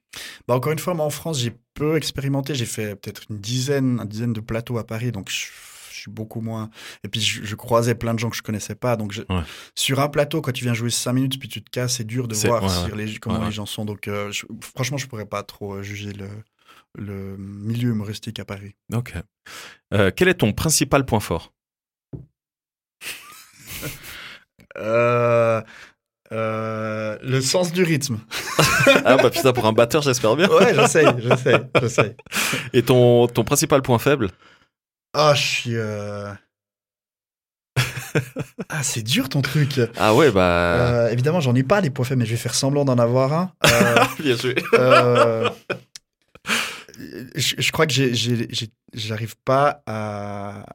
K: Bah, encore une fois, moi en France, j'ai peu expérimenté. J'ai fait peut-être une dizaine, une dizaine de plateaux à Paris, donc je, je suis beaucoup moins. Et puis je, je croisais plein de gens que je connaissais pas. Donc je-
J: Ouais.
K: sur un plateau, quand tu viens jouer cinq minutes puis tu te casses, c'est dur de
J: C'est-
K: voir
J: ouais,
K: sur les- comment
J: Ouais, ouais.
K: les gens sont. Donc euh, je- franchement, je pourrais pas trop euh, juger le, le milieu humoristique à Paris.
J: Ok. Euh, quel est ton principal point fort
K: Euh, euh, le sens du rythme.
J: Ah bah putain, pour un batteur, j'espère bien.
K: Ouais, j'essaye, j'essaye, j'essaye.
J: Et ton, ton principal point faible
K: Ah, je suis. euh, ah, c'est dur ton truc.
J: Ah ouais, bah...
K: Euh, évidemment, j'en ai pas des points faibles, mais je vais faire semblant d'en avoir un. Euh,
J: Bien joué.
K: euh, je, je crois que j'ai- j'ai- j'ai- j'arrive pas à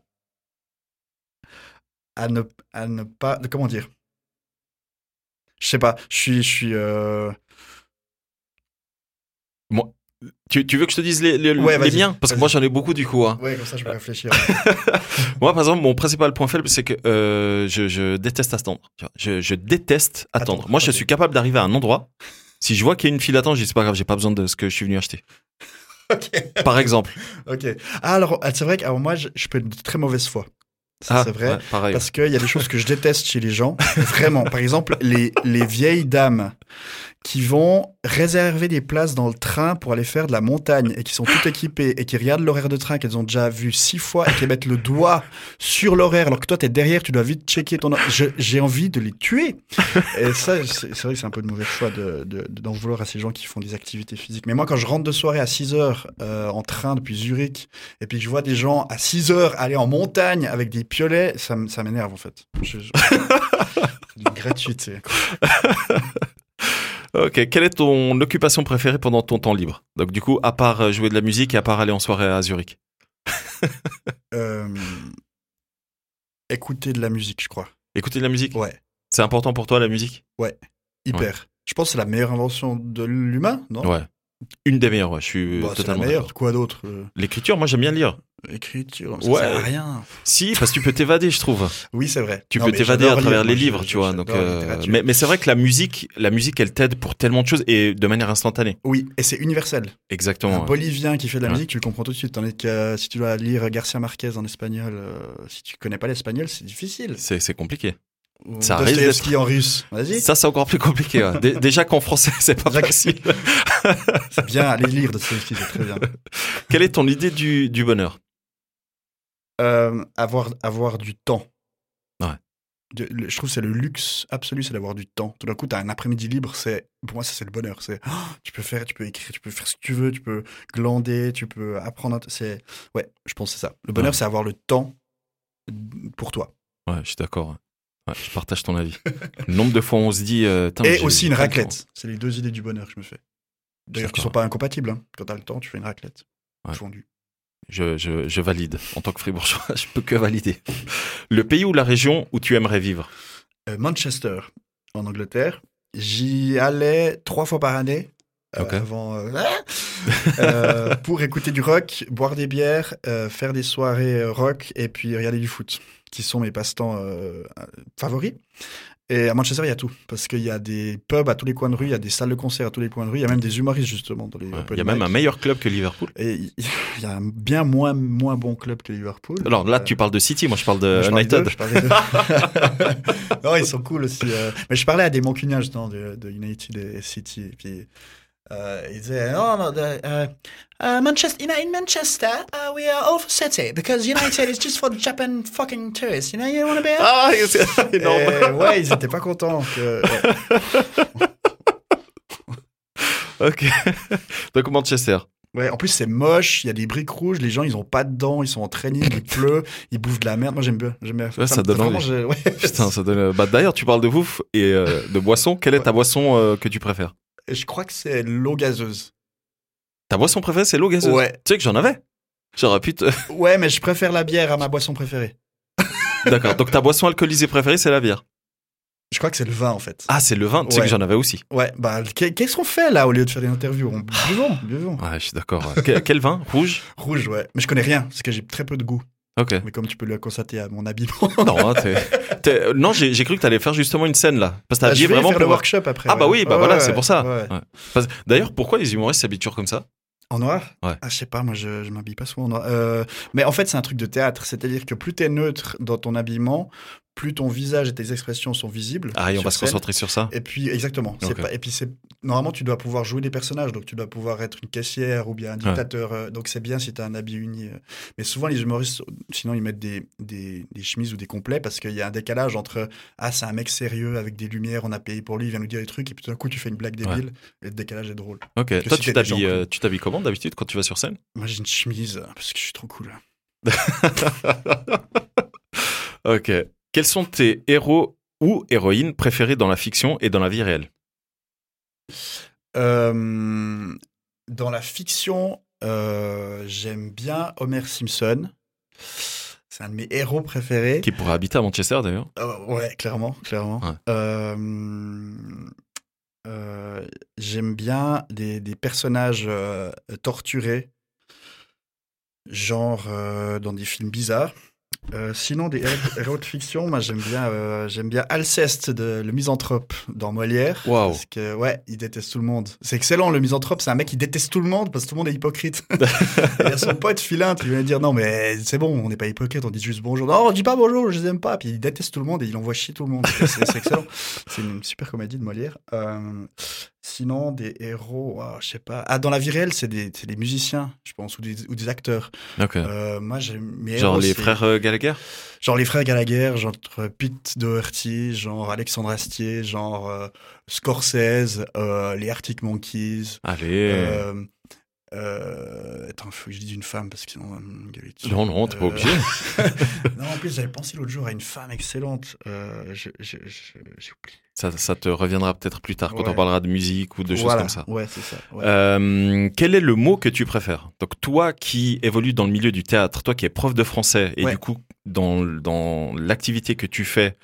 K: à ne, à ne pas comment dire. Je sais pas. Je suis je suis. euh,
J: Tu, tu veux que je te dise les, les,
K: Ouais,
J: les
K: vas-y,
J: miens Parce que
K: vas-y.
J: moi, j'en ai beaucoup du coup. hein.
K: Ouais, comme ça, je vais réfléchir.
J: Moi, par exemple, mon principal point faible, c'est que euh, je, je déteste attendre. Tu vois, Je, je déteste attendre.
K: Attendre,
J: Moi, je
K: ok.
J: suis capable d'arriver à un endroit. Si je vois qu'il y a une file d'attente, je dis c'est pas grave, j'ai pas besoin de ce que je suis venu acheter.
K: ok.
J: Par exemple.
K: Ok. Ah, alors, c'est vrai que alors, moi, je, je peux être de très mauvaise foi. Ça,
J: Ah,
K: c'est vrai.
J: ouais, pareil.
K: Parce qu'il y a des choses que je déteste chez les gens, vraiment. Par exemple, les, les vieilles dames qui vont réserver des places dans le train pour aller faire de la montagne et qui sont toutes équipées et qui regardent l'horaire de train qu'elles ont déjà vu six fois et qui mettent le doigt sur l'horaire alors que toi, t'es derrière, tu dois vite checker ton... Je- J'ai envie de les tuer. Et ça, c'est c'est vrai que c'est un peu de mauvais choix de- de- de- d'en vouloir à ces gens qui font des activités physiques. Mais moi, quand je rentre de soirée à 6 heures euh, en train depuis Zurich et puis que je vois des gens à 6 heures aller en montagne avec des piolets, ça, m- ça m'énerve en fait. Je- je- C'est une gratuité.
J: Ok, quelle est ton occupation préférée pendant ton temps libre Donc, du coup, à part euh, jouer de la musique et à part aller en soirée à Zurich.
K: Euh, écouter de la musique, je crois.
J: Écouter de la musique
K: Ouais,
J: C'est important pour toi, la musique
K: hyper. Je pense que c'est la meilleure invention de l'humain, non
J: Ouais. Une des meilleures, ouais, je suis
K: Bah, c'est la
J: totalement d'accord.
K: meilleure. Quoi d'autre Euh,
J: L'écriture, moi, j'aime bien lire.
K: Écriture, ça
J: Ouais.
K: sert à rien.
J: Si, parce que tu peux t'évader, je trouve.
K: Oui, c'est vrai.
J: Tu
K: Non,
J: peux
K: mais
J: t'évader à
K: j'adore
J: travers
K: lire,
J: les
K: moi,
J: livres,
K: je-
J: tu vois.
K: j'adore
J: Donc,
K: la
J: euh,
K: littérature.
J: mais mais c'est vrai que la musique, la musique, elle t'aide pour tellement de choses et de manière instantanée.
K: Oui, et c'est universel.
J: Exactement.
K: Un
J: ouais.
K: Bolivien qui fait de la
J: Ouais.
K: musique, tu le comprends tout de suite. Tandis que euh, si tu dois lire Garcia Marquez en espagnol, euh, si tu connais pas l'espagnol, c'est difficile.
J: C'est c'est compliqué.
K: Ou
J: Ça risque d'être-
K: Dostoïevski en russe. Vas-y,
J: Ça, c'est encore plus compliqué. ouais. Dé- Déjà qu'en français, c'est pas
K: Déjà que-
J: facile.
K: c'est bien, allez lire Dostoïevski, c'est très bien.
J: Quelle est ton idée du, du bonheur
K: Euh, avoir, avoir du temps.
J: Ouais.
K: De- le- je trouve que c'est le luxe absolu, c'est d'avoir du temps. Tout d'un coup, tu as un après-midi libre, c'est pour moi, ça c'est le bonheur. C'est oh, tu peux faire, tu peux écrire, tu peux faire ce que tu veux, tu peux glander, tu peux apprendre. à t- C'est ouais, je pense que c'est ça. Le bonheur,
J: Ouais.
K: c'est avoir le temps pour toi.
J: Ouais, je suis d'accord. Ouais, je partage ton avis. Le nombre de fois où on se dit. euh, Tain,
K: Et
J: j'ai-
K: aussi une
J: j'ai pas le
K: raclette. C'est les deux idées du bonheur que je me fais. D'ailleurs, qui
J: D'accord.
K: sont pas incompatibles. hein. Quand t'as le temps, tu fais une raclette.
J: Ouais.
K: Fondue.
J: temps. Je, je- je valide. En tant que fribourgeois, je peux que valider. Le pays ou la région où tu aimerais vivre
K: Euh, Manchester, en Angleterre. J'y allais trois fois par année. euh,
J: Ok.
K: Avant, euh, euh, pour écouter du rock, boire des bières, euh, faire des soirées euh, rock et puis regarder du foot, qui sont mes passe-temps euh, favoris. Et à Manchester, il y a tout. Parce qu'il y a des pubs à tous les coins de rue, il y a des salles de concert à tous les coins de rue, il y a même des humoristes justement dans les
J: Ouais,
K: open
J: Il y a même
K: mic.
J: un meilleur club que Liverpool.
K: Et il il y a un bien moins, moins bon club que Liverpool.
J: Alors là,
K: Euh,
J: tu parles de City, moi je parle de
K: moi, je parle
J: Euh, United.
K: d'eux, je parle des deux. non, ils sont cool aussi. euh. Mais je parlais à des mancuniens justement de, de United et City. Et puis, euh, ils disaient Non, non, de- euh, uh, Manchester, you know, in Manchester, uh, we are all for City because United is just for the Japan fucking tourists. You know, you want to be a-
J: Ah, c'est énorme.
K: Et ouais, ils étaient pas contents. que- ouais. Eh.
J: Ok. Donc Manchester.
K: Ouais, en plus, c'est moche, il y a des briques rouges, les gens, ils ont pas de dents, ils sont en training, il pleut, ils bouffent de la merde. Moi, j'aime bien. J'aime bien.
J: ça donne
K: vraiment,
J: envie.
K: je- ouais.
J: Putain, ça donne. Bah d'ailleurs, tu parles de bouffe et euh, de boisson. Quelle est ta boisson euh, que tu préfères
K: je crois que c'est l'eau gazeuse.
J: Ta boisson préférée, c'est l'eau gazeuse.
K: Ouais.
J: Tu sais que j'en avais. J'aurais pu te-
K: Ouais, mais je préfère la bière à ma boisson préférée.
J: D'accord. Donc ta boisson alcoolisée préférée, c'est la bière.
K: Je crois que c'est le vin en fait.
J: Ah, c'est le vin. Tu sais
K: Ouais.
J: que j'en avais aussi.
K: Ouais, bah qu'est- qu'est-ce qu'on fait là au lieu de faire des interviews On buvons, buvons.
J: Ouais, je suis d'accord. ouais. Que- Quel vin Rouge
K: Rouge, ouais. Mais je connais rien parce que j'ai très peu de goût.
J: Ok.
K: Mais comme tu peux le constater à mon habillement.
J: Non, hein, t'es- t'es- non j'ai j'ai cru que t'allais faire justement une scène là. Parce que t'as
K: Bah, je
J: habillé
K: vais
J: vraiment
K: faire le
J: pour-
K: workshop après.
J: Ah bah
K: ouais.
J: oui, bah
K: Ouais,
J: voilà,
K: ouais,
J: c'est pour ça.
K: ouais.
J: Ouais. Parce- D'ailleurs, pourquoi les humoristes s'habillent toujours comme ça
K: En noir
J: Ouais.
K: Ah, je sais pas, moi je, je m'habille pas souvent en noir. Euh, mais en fait, c'est un truc de théâtre. C'est-à-dire que plus t'es neutre dans ton habillement, plus ton visage et tes expressions sont visibles.
J: Ah, et on
K: sur
J: va se
K: scène.
J: concentrer sur ça.
K: Et puis, exactement. c'est
J: Ok.
K: Pas, et puis, c'est normalement, tu dois pouvoir jouer des personnages. Donc, tu dois pouvoir être une caissière ou bien un dictateur. euh, Donc, c'est bien si tu as un habit uni. euh. Mais souvent, les humoristes, sinon, ils mettent des, des, des chemises ou des complets parce qu'il y a un décalage entre Ah, c'est un mec sérieux avec des lumières, on a payé pour lui, il vient nous dire des trucs. Et puis, tout d'un coup, tu fais une blague débile. Et le décalage est drôle.
J: Ok.
K: que
J: Toi,
K: si
J: tu
K: t'es des gens
J: t'habilles,
K: cool.
J: euh, tu t'habilles comment d'habitude quand tu vas sur scène
K: Moi, j'ai une chemise euh, parce que je suis trop cool.
J: Ok. Quels sont tes héros ou héroïnes préférés dans la fiction et dans la vie réelle
K: Euh, dans la fiction, euh, j'aime bien Homer Simpson. C'est un de mes héros préférés.
J: Qui pourraient habiter à Manchester d'ailleurs
K: Euh, ouais, clairement, clairement.
J: Ouais.
K: Euh, euh, J'aime bien des, des personnages euh, torturés, genre euh, dans des films bizarres. Euh, sinon, des héros- héros de fiction, moi j'aime bien, euh, j'aime bien Alceste, de, le misanthrope dans Molière.
J: Waouh.
K: Parce que, ouais, il déteste tout le monde. C'est excellent, le misanthrope, c'est un mec qui déteste tout le monde parce que tout le monde est hypocrite. Et à son pote Philinte, il vient lui dire non, mais c'est bon, on n'est pas hypocrite, on dit juste bonjour. Non, on dit pas bonjour, je les aime pas. Puis il déteste tout le monde et il envoie chier tout le monde. C'est c'est excellent. C'est une super comédie de Molière. Euh, sinon, des héros, ah, je sais pas. Ah, dans la vie réelle, c'est des, c'est des musiciens, je pense, ou des, ou des acteurs.
J: Ok.
K: Euh, moi, j'aime mes
J: Genre
K: héros,
J: les
K: c'est-
J: frères euh, Gallagher
K: Genre les frères Gallagher, genre euh, Pete Doherty, genre Alexandre Astier, genre euh, Scorsese, euh, les Arctic Monkeys.
J: Allez.
K: Euh, euh, attends, faut que je dise une femme parce que sinon euh, on va me gueuler dessus.
J: Non, non, t'es pas
K: Euh,
J: obligé.
K: non, en plus, j'avais pensé l'autre jour à une femme excellente. Euh, je- je- je- j'ai oublié.
J: Ça, ça te reviendra peut-être plus tard quand
K: Ouais.
J: on parlera de musique ou de choses
K: Voilà.
J: comme ça.
K: Ouais, c'est ça. ouais.
J: Euh, quel est le mot que tu préfères Donc toi qui évolues dans le milieu du théâtre, toi qui es prof de français et
K: Ouais.
J: du coup dans, l- dans l'activité que tu fais,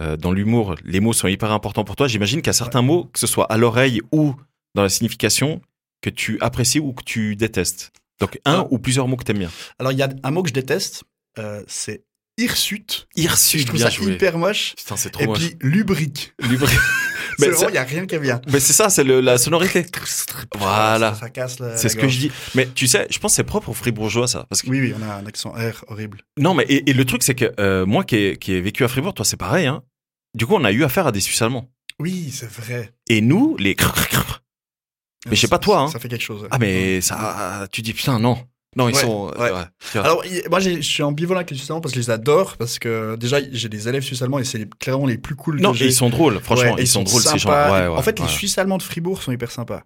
J: euh, dans l'humour, les mots sont hyper importants pour toi. J'imagine qu'il y a certains mots, que ce soit à l'oreille ou dans la signification, que tu apprécies ou que tu détestes. Donc un
K: Ah.
J: ou plusieurs mots que t'aimes bien.
K: Alors, il y a un mot que je déteste, euh, c'est hirsute. Je
J: Hirsute,
K: trouve
J: bien
K: ça
J: joué.
K: hyper moche.
J: Putain, c'est trop
K: Et
J: moche.
K: puis, lubrique.
J: Libri-
K: C'est
J: Mais
K: vraiment,
J: c'est-
K: il n'y a rien qui vient.
J: Mais c'est ça, c'est le- la sonorité. Voilà.
K: Ça, ça casse la-
J: C'est
K: la
J: ce que
K: gorge.
J: je dis. Mais tu sais, je pense que c'est propre aux fribourgeois, ça. Parce que
K: Oui, oui, on a un accent R horrible.
J: Non, mais et, et le truc, c'est que euh, moi qui ai, qui ai vécu à Fribourg, toi, c'est pareil. Hein. Du coup, on a eu affaire à des Suisses allemands.
K: Oui, c'est vrai.
J: Et nous, les. crrr, crrr, crrr. Mais je sais
K: Ça-
J: pas toi, hein.
K: Ça fait quelque chose. ouais.
J: Ah, mais ça. Tu dis, putain, non. Non, ils
K: Ouais,
J: sont.
K: ouais.
J: tu vois.
K: Alors, il- moi, j'ai- je suis ambivalent avec les Suisses allemands parce que je les adore. Parce que déjà, j'ai des élèves Suisses allemands et c'est les- clairement les plus cool
J: non,
K: que
J: et
K: j'ai.
J: ils sont drôles, franchement.
K: Ouais, et
J: ils, sont, drôles, ces gens.
K: sympas.
J: Ouais, ouais,
K: en fait,
J: ouais.
K: les Suisses allemands de Fribourg sont hyper sympas.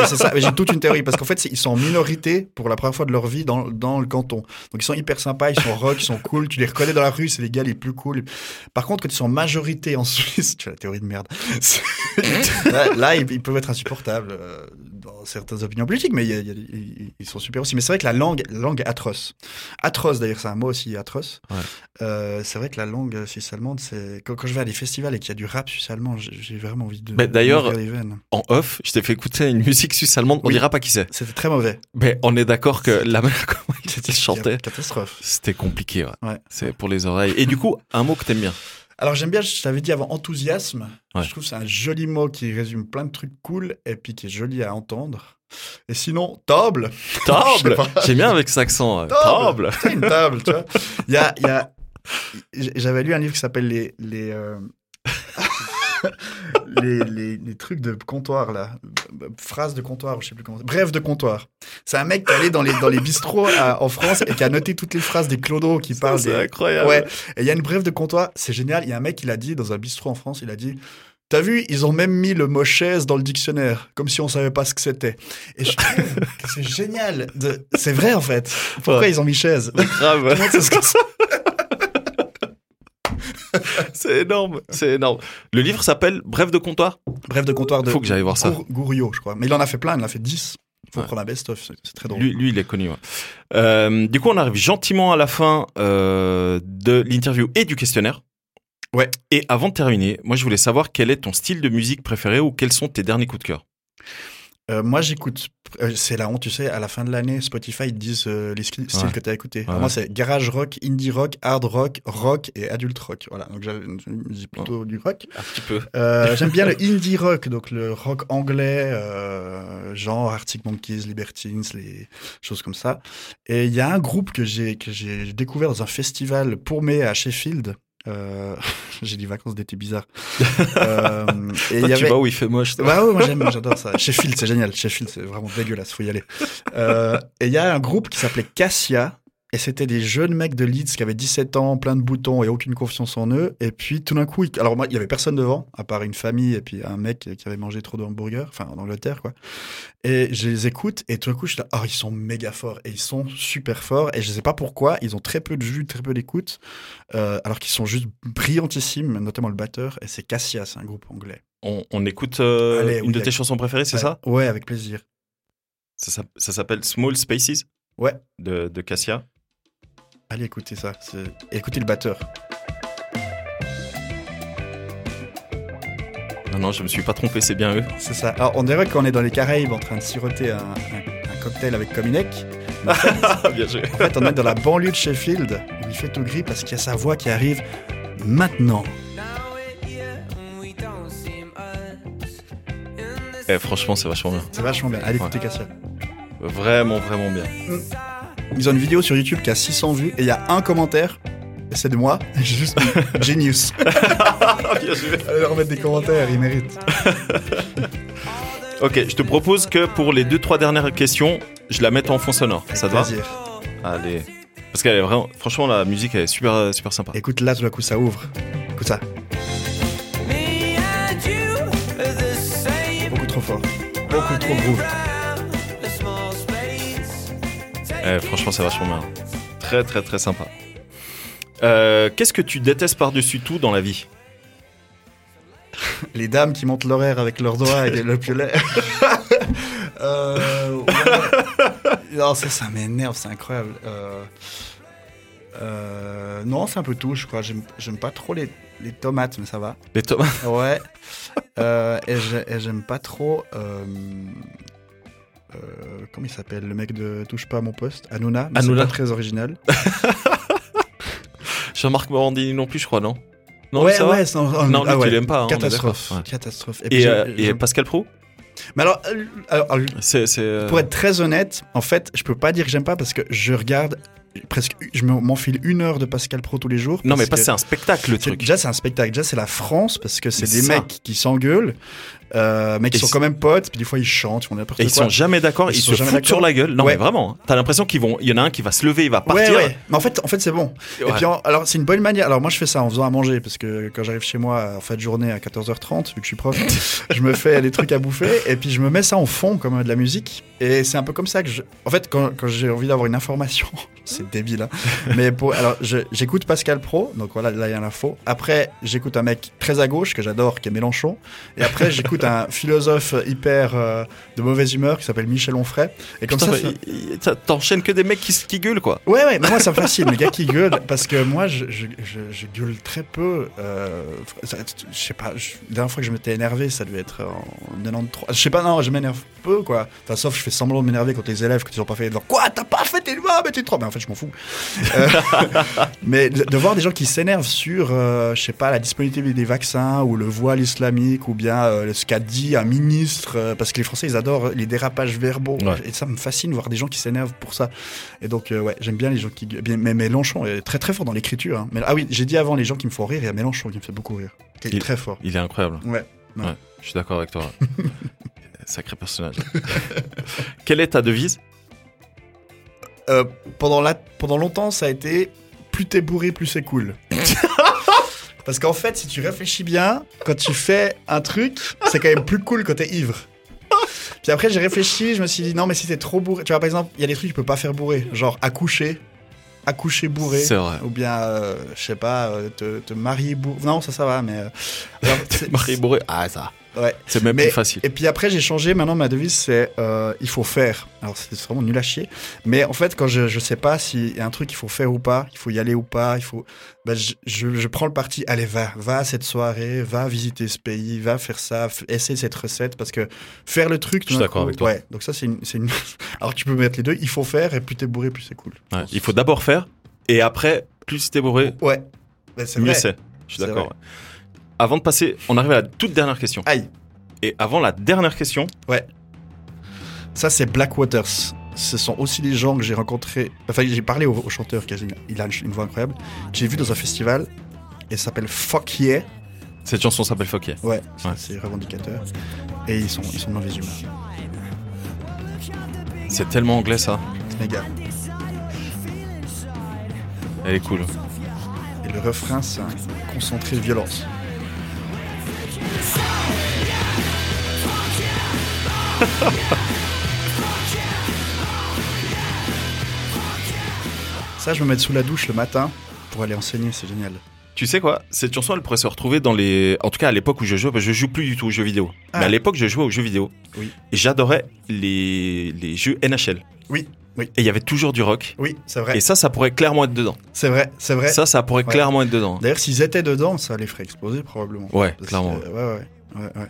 K: Et c'est ça, mais j'ai toute une théorie parce qu'en fait, c'est- ils sont en minorité pour la première fois de leur vie dans, dans le canton. Donc ils sont hyper sympas, ils sont rock, ils sont cool, tu les reconnais dans la rue, c'est les gars les plus cool. Par contre, quand ils sont en majorité en Suisse, tu as la théorie de merde. c'est- là, là, ils, ils peuvent être insupportables euh, dans certaines opinions politiques, mais il y a- il y a- ils- ils sont super aussi. Mais c'est vrai que la langue, la langue est atroce. Atroce d'ailleurs, c'est un mot aussi atroce. Euh, c'est vrai que la langue suisse-allemande, c'est quand, quand je vais à des festivals et qu'il y a du rap suisse-allemand, j'ai j'ai vraiment envie de.
J: Mais d'ailleurs-
K: d'ouvrir les veines.
J: En off, je t'ai fait écouter une musique suisse allemande. On
K: Oui.
J: dira pas qui c'est.
K: c'était très mauvais.
J: Mais on est d'accord que la manière comment il chantait,
K: Catastrophe.
J: c'était compliqué. Ouais.
K: Ouais.
J: C'est pour les oreilles. Et du coup, un mot que t'aimes bien.
K: Alors j'aime bien, je t'avais dit avant, enthousiasme.
J: Ouais.
K: Je trouve que c'est un joli mot qui résume plein de trucs cool et puis qui est joli à entendre. Et sinon, table.
J: Table.
K: Je sais pas.
J: J'aime bien avec cet accent. euh, Table.
K: Table. C'est une table, tu vois. Il y a, il y a- J'avais lu un livre qui s'appelle les les, euh, les, les- les trucs de comptoir là, phrases de comptoir, je sais plus comment. c'est. Bref de comptoir. C'est un mec qui est allé dans les dans les bistrots à- en France et qui a noté toutes les phrases des clodos qui
J: Ça,
K: parlent.
J: C'est
K: des-
J: incroyable.
K: Ouais. Euh, Et il y a une brève de comptoir, c'est génial. Il y a un mec, il a dit dans un bistrot en France, il a dit. T'as vu, ils ont même mis le mot chaise dans le dictionnaire, comme si on savait pas ce que c'était. Et je trouve que c'est génial. de- C'est vrai en fait. Pourquoi
J: Ouais.
K: ils ont mis chaise
J: Grave.
K: Comment c'est ce que ça
J: C'est énorme, c'est énorme. Le livre s'appelle Bref de comptoir.
K: Bref, de comptoir de.
J: Faut que j'aille voir ça.
K: Gour- Gouriot, je crois. Mais il en a fait plein, il en a fait 10. Faut
J: Ouais.
K: prendre un best-of, c'est c'est très drôle.
J: Lui, lui, il est connu. ouais. Euh, du coup, on arrive gentiment à la fin euh, de l'interview et du questionnaire.
K: Ouais.
J: Et avant de terminer, moi, je voulais savoir quel est ton style de musique préféré ou quels sont tes derniers coups de cœur.
K: Euh, moi, j'écoute. euh, c'est la honte, tu sais, à la fin de l'année, Spotify, ils disent euh, les styles styles
J: Ouais.
K: que t'as écoutés.
J: Ouais.
K: Moi, c'est garage rock, indie rock, hard rock, rock et adult rock. Voilà, donc j'avais- je me dis plutôt du rock.
J: Un petit peu.
K: Euh, J'aime bien le indie rock, donc le rock anglais, euh, genre Arctic Monkeys, Libertines, les choses comme ça. Et il y a un groupe que j'ai que j'ai découvert dans un festival pour mai à Sheffield. Euh, j'ai des vacances d'été bizarres. Euh, et il y
J: tu
K: avait
J: vois où il fait moche. toi.
K: bah ouais, moi j'aime, j'adore ça. Sheffield, c'est génial. Sheffield, c'est vraiment dégueulasse, faut y aller. Euh, et il y a un groupe qui s'appelait Cassia, et c'était des jeunes mecs de Leeds qui avaient 17 ans, plein de boutons et aucune confiance en eux. Et puis tout d'un coup, ils- alors moi, il y avait personne devant, à part une famille et puis un mec qui avait mangé trop de hamburgers, enfin en Angleterre, quoi. Et je les écoute, et tout d'un coup, je suis là, oh, ils sont méga forts, et ils sont super forts, et je sais pas pourquoi, ils ont très peu de jus, très peu d'écoute, euh, alors qu'ils sont juste brillantissimes, notamment le batteur, et c'est Cassia, c'est un groupe anglais.
J: On, on écoute euh,
K: Allez,
J: une de
K: oui,
J: tes
K: allez.
J: chansons préférées, c'est ça
K: Ouais, avec plaisir.
J: Ça, s'app- ça s'appelle Small Spaces
K: Ouais.
J: de, de Cassia.
K: Allez écoutez ça, c'est- et écoutez le batteur.
J: Non, non, je me suis pas trompé, c'est bien eux.
K: C'est ça. Alors on dirait qu'on est dans les Caraïbes en train de siroter un, un- un cocktail avec Cominec.
J: Ah, bien joué.
K: En fait on est dans la banlieue de Sheffield où il fait tout gris parce qu'il y a sa voix qui arrive maintenant.
J: Eh, franchement, c'est vachement bien.
K: C'est vachement bien. Allez écouter Cassia.
J: Vraiment, vraiment bien.
K: Ils ont une vidéo sur YouTube qui a 600 vues et il y a un commentaire. Et c'est de moi. J'ai juste mis genius.
J: Ah, bien joué.
K: Allez leur mettre des commentaires, ils méritent.
J: Ok, je te propose que pour les deux trois dernières questions, je la mette en fond sonore. Ça te va
K: Vas-y.
J: Allez. Parce qu'elle est vraiment, franchement, la musique elle est super, euh, super sympa.
K: Écoute là tout d'un coup ça ouvre. Écoute ça. Beaucoup trop fort. Beaucoup trop groove.
J: Eh, franchement, c'est vachement bien. hein. Très, très, très sympa. Euh, Qu'est-ce que tu détestes par-dessus tout dans la vie
K: Les dames qui montent l'horaire avec leurs doigts et le piolet. Euh, ouais. Non, ça, ça m'énerve, c'est incroyable. Euh, euh, non, c'est un peu tout, je crois. J'aime j'aime pas trop les, les tomates, mais ça va.
J: Les Thomas.
K: Ouais. Euh, et j'ai- et j'aime pas trop. euh, euh, comment il s'appelle Le mec de Touche pas à mon poste Hanouna. mais c'est
J: Hanouna.
K: pas très original.
J: Jean-Marc Morandini non plus, je crois, non Non,
K: ouais,
J: ça va
K: ouais, c'est- oh,
J: Non, lui,
K: ah
J: tu
K: ouais.
J: l'aimes pas. hein, on est
K: Catastrophe.
J: d'accord. Ouais.
K: Catastrophe. puis
J: Et,
K: j'ai-
J: euh, et
K: j'aime-
J: Pascal Pro
K: Mais alors, euh, alors, alors,
J: C'est. c'est, euh,
K: Pour être très honnête, en fait, je peux pas dire que j'aime pas parce que je regarde presque, je me- m'enfile une heure de Pascal Pro tous les jours.
J: Non, mais
K: parce
J: pas,
K: que-
J: c'est un spectacle le
K: c'est-
J: truc.
K: Déjà, c'est un spectacle. Déjà, c'est la France parce que c'est
J: Mais
K: des
J: ça.
K: mecs qui s'engueulent, euh, mais qui
J: Et
K: sont
J: ils-
K: quand même potes. Puis des fois, ils chantent, ils font n'importe
J: Et
K: quoi.
J: ils sont jamais d'accord, ils,
K: Ils sont
J: se
K: jamais
J: foutent sur
K: d'accord.
J: la gueule. Non,
K: Ouais.
J: mais vraiment, hein. t'as l'impression qu'ils vont. Il y en a un qui va se lever, il va
K: Ouais,
J: partir.
K: ouais. Mais en fait, en fait, c'est bon.
J: Ouais.
K: Et puis, en- alors, c'est une bonne manière. Alors, moi, je fais ça en faisant à manger parce que quand j'arrive chez moi en fin de journée à 14h30, vu que je suis prof, je me fais des trucs à bouffer et puis je me mets ça en fond comme euh, de la musique. Et c'est un peu comme ça que je. En fait, quand, quand j'ai envie d'avoir une information, c'est débile. hein. Mais pour. Alors, je- j'écoute Pascal Pro, donc voilà, là, il y a l'info. Après, j'écoute un mec très à gauche que j'adore, qui est Mélenchon. Et après, j'écoute un philosophe hyper euh, de mauvaise humeur qui s'appelle Michel Onfray. Et comme
J: Putain, bah,
K: ça,
J: mais
K: ça-
J: il- il- t'as- T'enchaînes que des mecs qui, s- qui gueulent, quoi.
K: Ouais, ouais, mais moi ça me fascine, les gars qui gueulent, parce que moi je, je, je, je gueule très peu. Euh, ça- je sais pas, je- la dernière fois que je m'étais énervé, ça devait être en 93. Je sais pas, non, je m'énerve peu quoi. Enfin, sauf je fais semblant de m'énerver quand les élèves que ils ont pas fait, genre quoi, t'as pas fait tes devoirs, mais t'es trop. Mais en fait, je m'en fous. Euh, mais de, de voir des gens qui s'énervent sur, euh, je sais pas, la disponibilité des vaccins, ou le voile islamique, ou bien euh, ce qu'a dit un ministre, euh, parce que les Français ils adorent les dérapages verbaux.
J: Ouais.
K: Et ça me fascine voir des gens qui s'énervent pour ça. Et donc, euh, ouais, j'aime bien les gens qui. gueulent. Bien, mais Mélenchon est très très fort dans l'écriture. hein. Mais, ah oui, j'ai dit avant les gens qui me font rire, il y a Mélenchon qui me fait beaucoup rire. Qui est
J: Il-
K: très fort.
J: Il est incroyable.
K: Ouais. Ouais.
J: je suis d'accord avec toi. Sacré personnage. Quelle est ta devise
K: Euh, pendant, la, pendant longtemps, ça a été plus t'es bourré, plus c'est cool. Parce qu'en fait, si tu réfléchis bien, quand tu fais un truc, c'est quand même plus cool quand t'es ivre. Puis après, j'ai réfléchi, je me suis dit non, mais si t'es trop bourré, tu vois, par exemple, il y a des trucs que tu peux pas faire bourré, genre accoucher. accoucher bourré.
J: C'est vrai.
K: Ou bien, euh, je sais pas, euh, te, te marier bourré. Non, ça, ça va, mais. euh, alors, c'est-
J: Marie bourré. Ah, ça.
K: Ouais.
J: C'est même
K: Mais-
J: plus facile.
K: Et puis après, j'ai changé. Maintenant, ma devise, c'est euh, il faut faire. Alors, c'est vraiment nul à chier. Mais en fait, quand je, je sais pas s'il y a un truc qu'il faut faire ou pas, il faut y aller ou pas, il faut. bah, je, je- je prends le parti. Allez, va. Va à cette soirée, va visiter ce pays, va faire ça, f- essaie cette recette. Parce que faire le truc. tout
J: Je suis
K: d'un
J: d'accord
K: coup-
J: avec toi.
K: Ouais. Donc, ça, c'est une, c'est une- Alors, tu peux mettre les deux. Il faut faire, et plus t'es bourré, plus c'est cool.
J: Ouais. Il faut d'abord faire et après, plus t'es bourré,
K: Ouais. Bah, c'est
J: mieux
K: vrai.
J: c'est. Je suis
K: C'est
J: d'accord. ouais. Avant de passer, on arrive à la toute dernière question.
K: Aïe.
J: Et avant la dernière question,
K: Ça, c'est Black Waters. Ce sont aussi des gens que j'ai rencontrés. Enfin, j'ai parlé au, au chanteur, qui a une- il a une, une voix incroyable. J'ai vu dans un festival. Et ça s'appelle Fuck Yeah.
J: cette chanson s'appelle Fuck Yeah.
K: Ouais, ça,
J: Ouais.
K: c'est revendicateur. Et ils sont, ils sont de mauvaise humeur.
J: C'est tellement anglais ça.
K: C'est méga.
J: Elle est cool.
K: Et le refrain, c'est un concentré de violence. ça, je me mets sous la douche le matin pour aller enseigner. C'est génial.
J: Tu sais quoi Cette chanson, elle pourrait se retrouver dans les. En tout cas, à l'époque où je jouais, parce que je joue plus du tout aux jeux vidéo.
K: Ah.
J: Mais à l'époque, je jouais aux jeux vidéo.
K: Oui.
J: Et j'adorais les... les jeux NHL.
K: Oui, oui.
J: Et il y avait toujours du rock.
K: Oui, c'est vrai.
J: Et ça, ça pourrait clairement être dedans.
K: C'est vrai, c'est vrai.
J: Ça, ça pourrait
K: Ouais.
J: clairement être dedans.
K: D'ailleurs, s'ils étaient dedans, ça les ferait exploser probablement.
J: Ouais,
K: Parce
J: clairement.
K: que- ouais, ouais, ouais, ouais.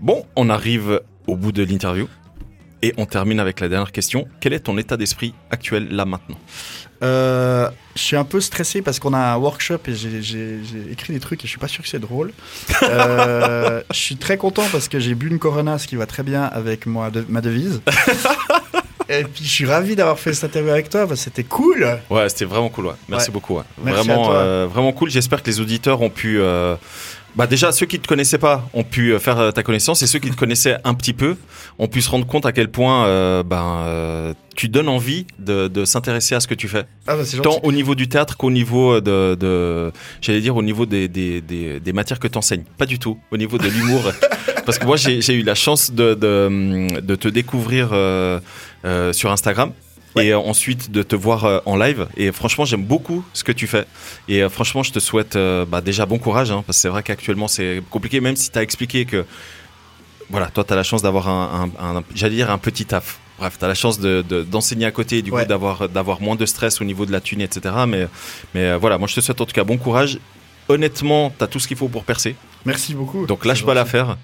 J: Bon, on arrive au bout de l'interview. Et on termine avec la dernière question. Quel est ton état d'esprit actuel là maintenant
K: Euh, je suis un peu stressé parce qu'on a un workshop et j'ai- j'ai j'ai écrit des trucs et je suis pas sûr que c'est drôle. Euh, je suis très content parce que j'ai bu une Corona, ce qui va très bien avec moi, de- ma devise. et puis je suis ravi d'avoir fait cette interview avec toi, parce que c'était cool.
J: Ouais, c'était vraiment cool. ouais. Merci
K: Ouais.
J: beaucoup. ouais.
K: Merci
J: vraiment,
K: à toi.
J: euh, vraiment cool. J'espère que les auditeurs ont pu. euh, Bah déjà, ceux qui ne te connaissaient pas ont pu euh, faire euh, ta connaissance et ceux qui te connaissaient un petit peu ont pu se rendre compte à quel point euh, ben, euh, tu donnes envie de, de s'intéresser à ce que tu fais.
K: Ah bah c'est gentil.
J: Tant au niveau du théâtre qu'au niveau euh, de... de- J'allais dire au niveau des, des, des, des matières que tu enseignes. Pas du tout. Au niveau de l'humour. Parce que moi, j'ai j'ai eu la chance de, de, de te découvrir euh, euh, sur Instagram. Et euh, ensuite de te voir euh, en live. Et franchement, j'aime beaucoup ce que tu fais. Et euh, franchement, je te souhaite euh, bah, déjà bon courage. hein, parce que c'est vrai qu'actuellement, c'est compliqué. Même si tu as expliqué que. Voilà, toi, tu as la chance d'avoir un. un- un- J'allais dire un petit taf. Bref, tu as la chance d'enseigner de, d'enseigner à côté et du
K: Ouais.
J: coup d'avoir d'avoir moins de stress au niveau de la thune, etc. Mais, mais euh, voilà, moi, je te souhaite en tout cas bon courage. Honnêtement, tu as tout ce qu'il faut pour percer.
K: Merci beaucoup.
J: Donc
K: C'est
J: lâche pas
K: gentil.
J: l'affaire.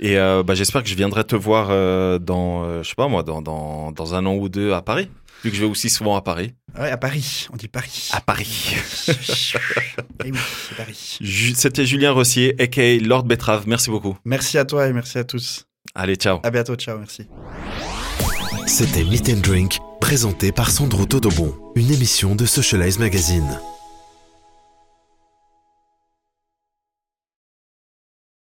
J: Et euh, bah, j'espère que je viendrai te voir euh, dans, euh, je sais pas moi, dans, dans, dans un an ou deux à Paris. Vu que je vais aussi souvent à Paris.
K: Ouais, à Paris. On dit Paris.
J: Paris.
K: Eh oui, c'est Paris.
J: C'était Julien Rossier, aka Lord Betrave. Merci beaucoup.
K: Merci à toi et merci à tous.
J: Allez, ciao.
K: À bientôt. Ciao. Merci.
I: C'était Meet and Drink, présenté par Sandro Todobon, une émission de Socialize Magazine.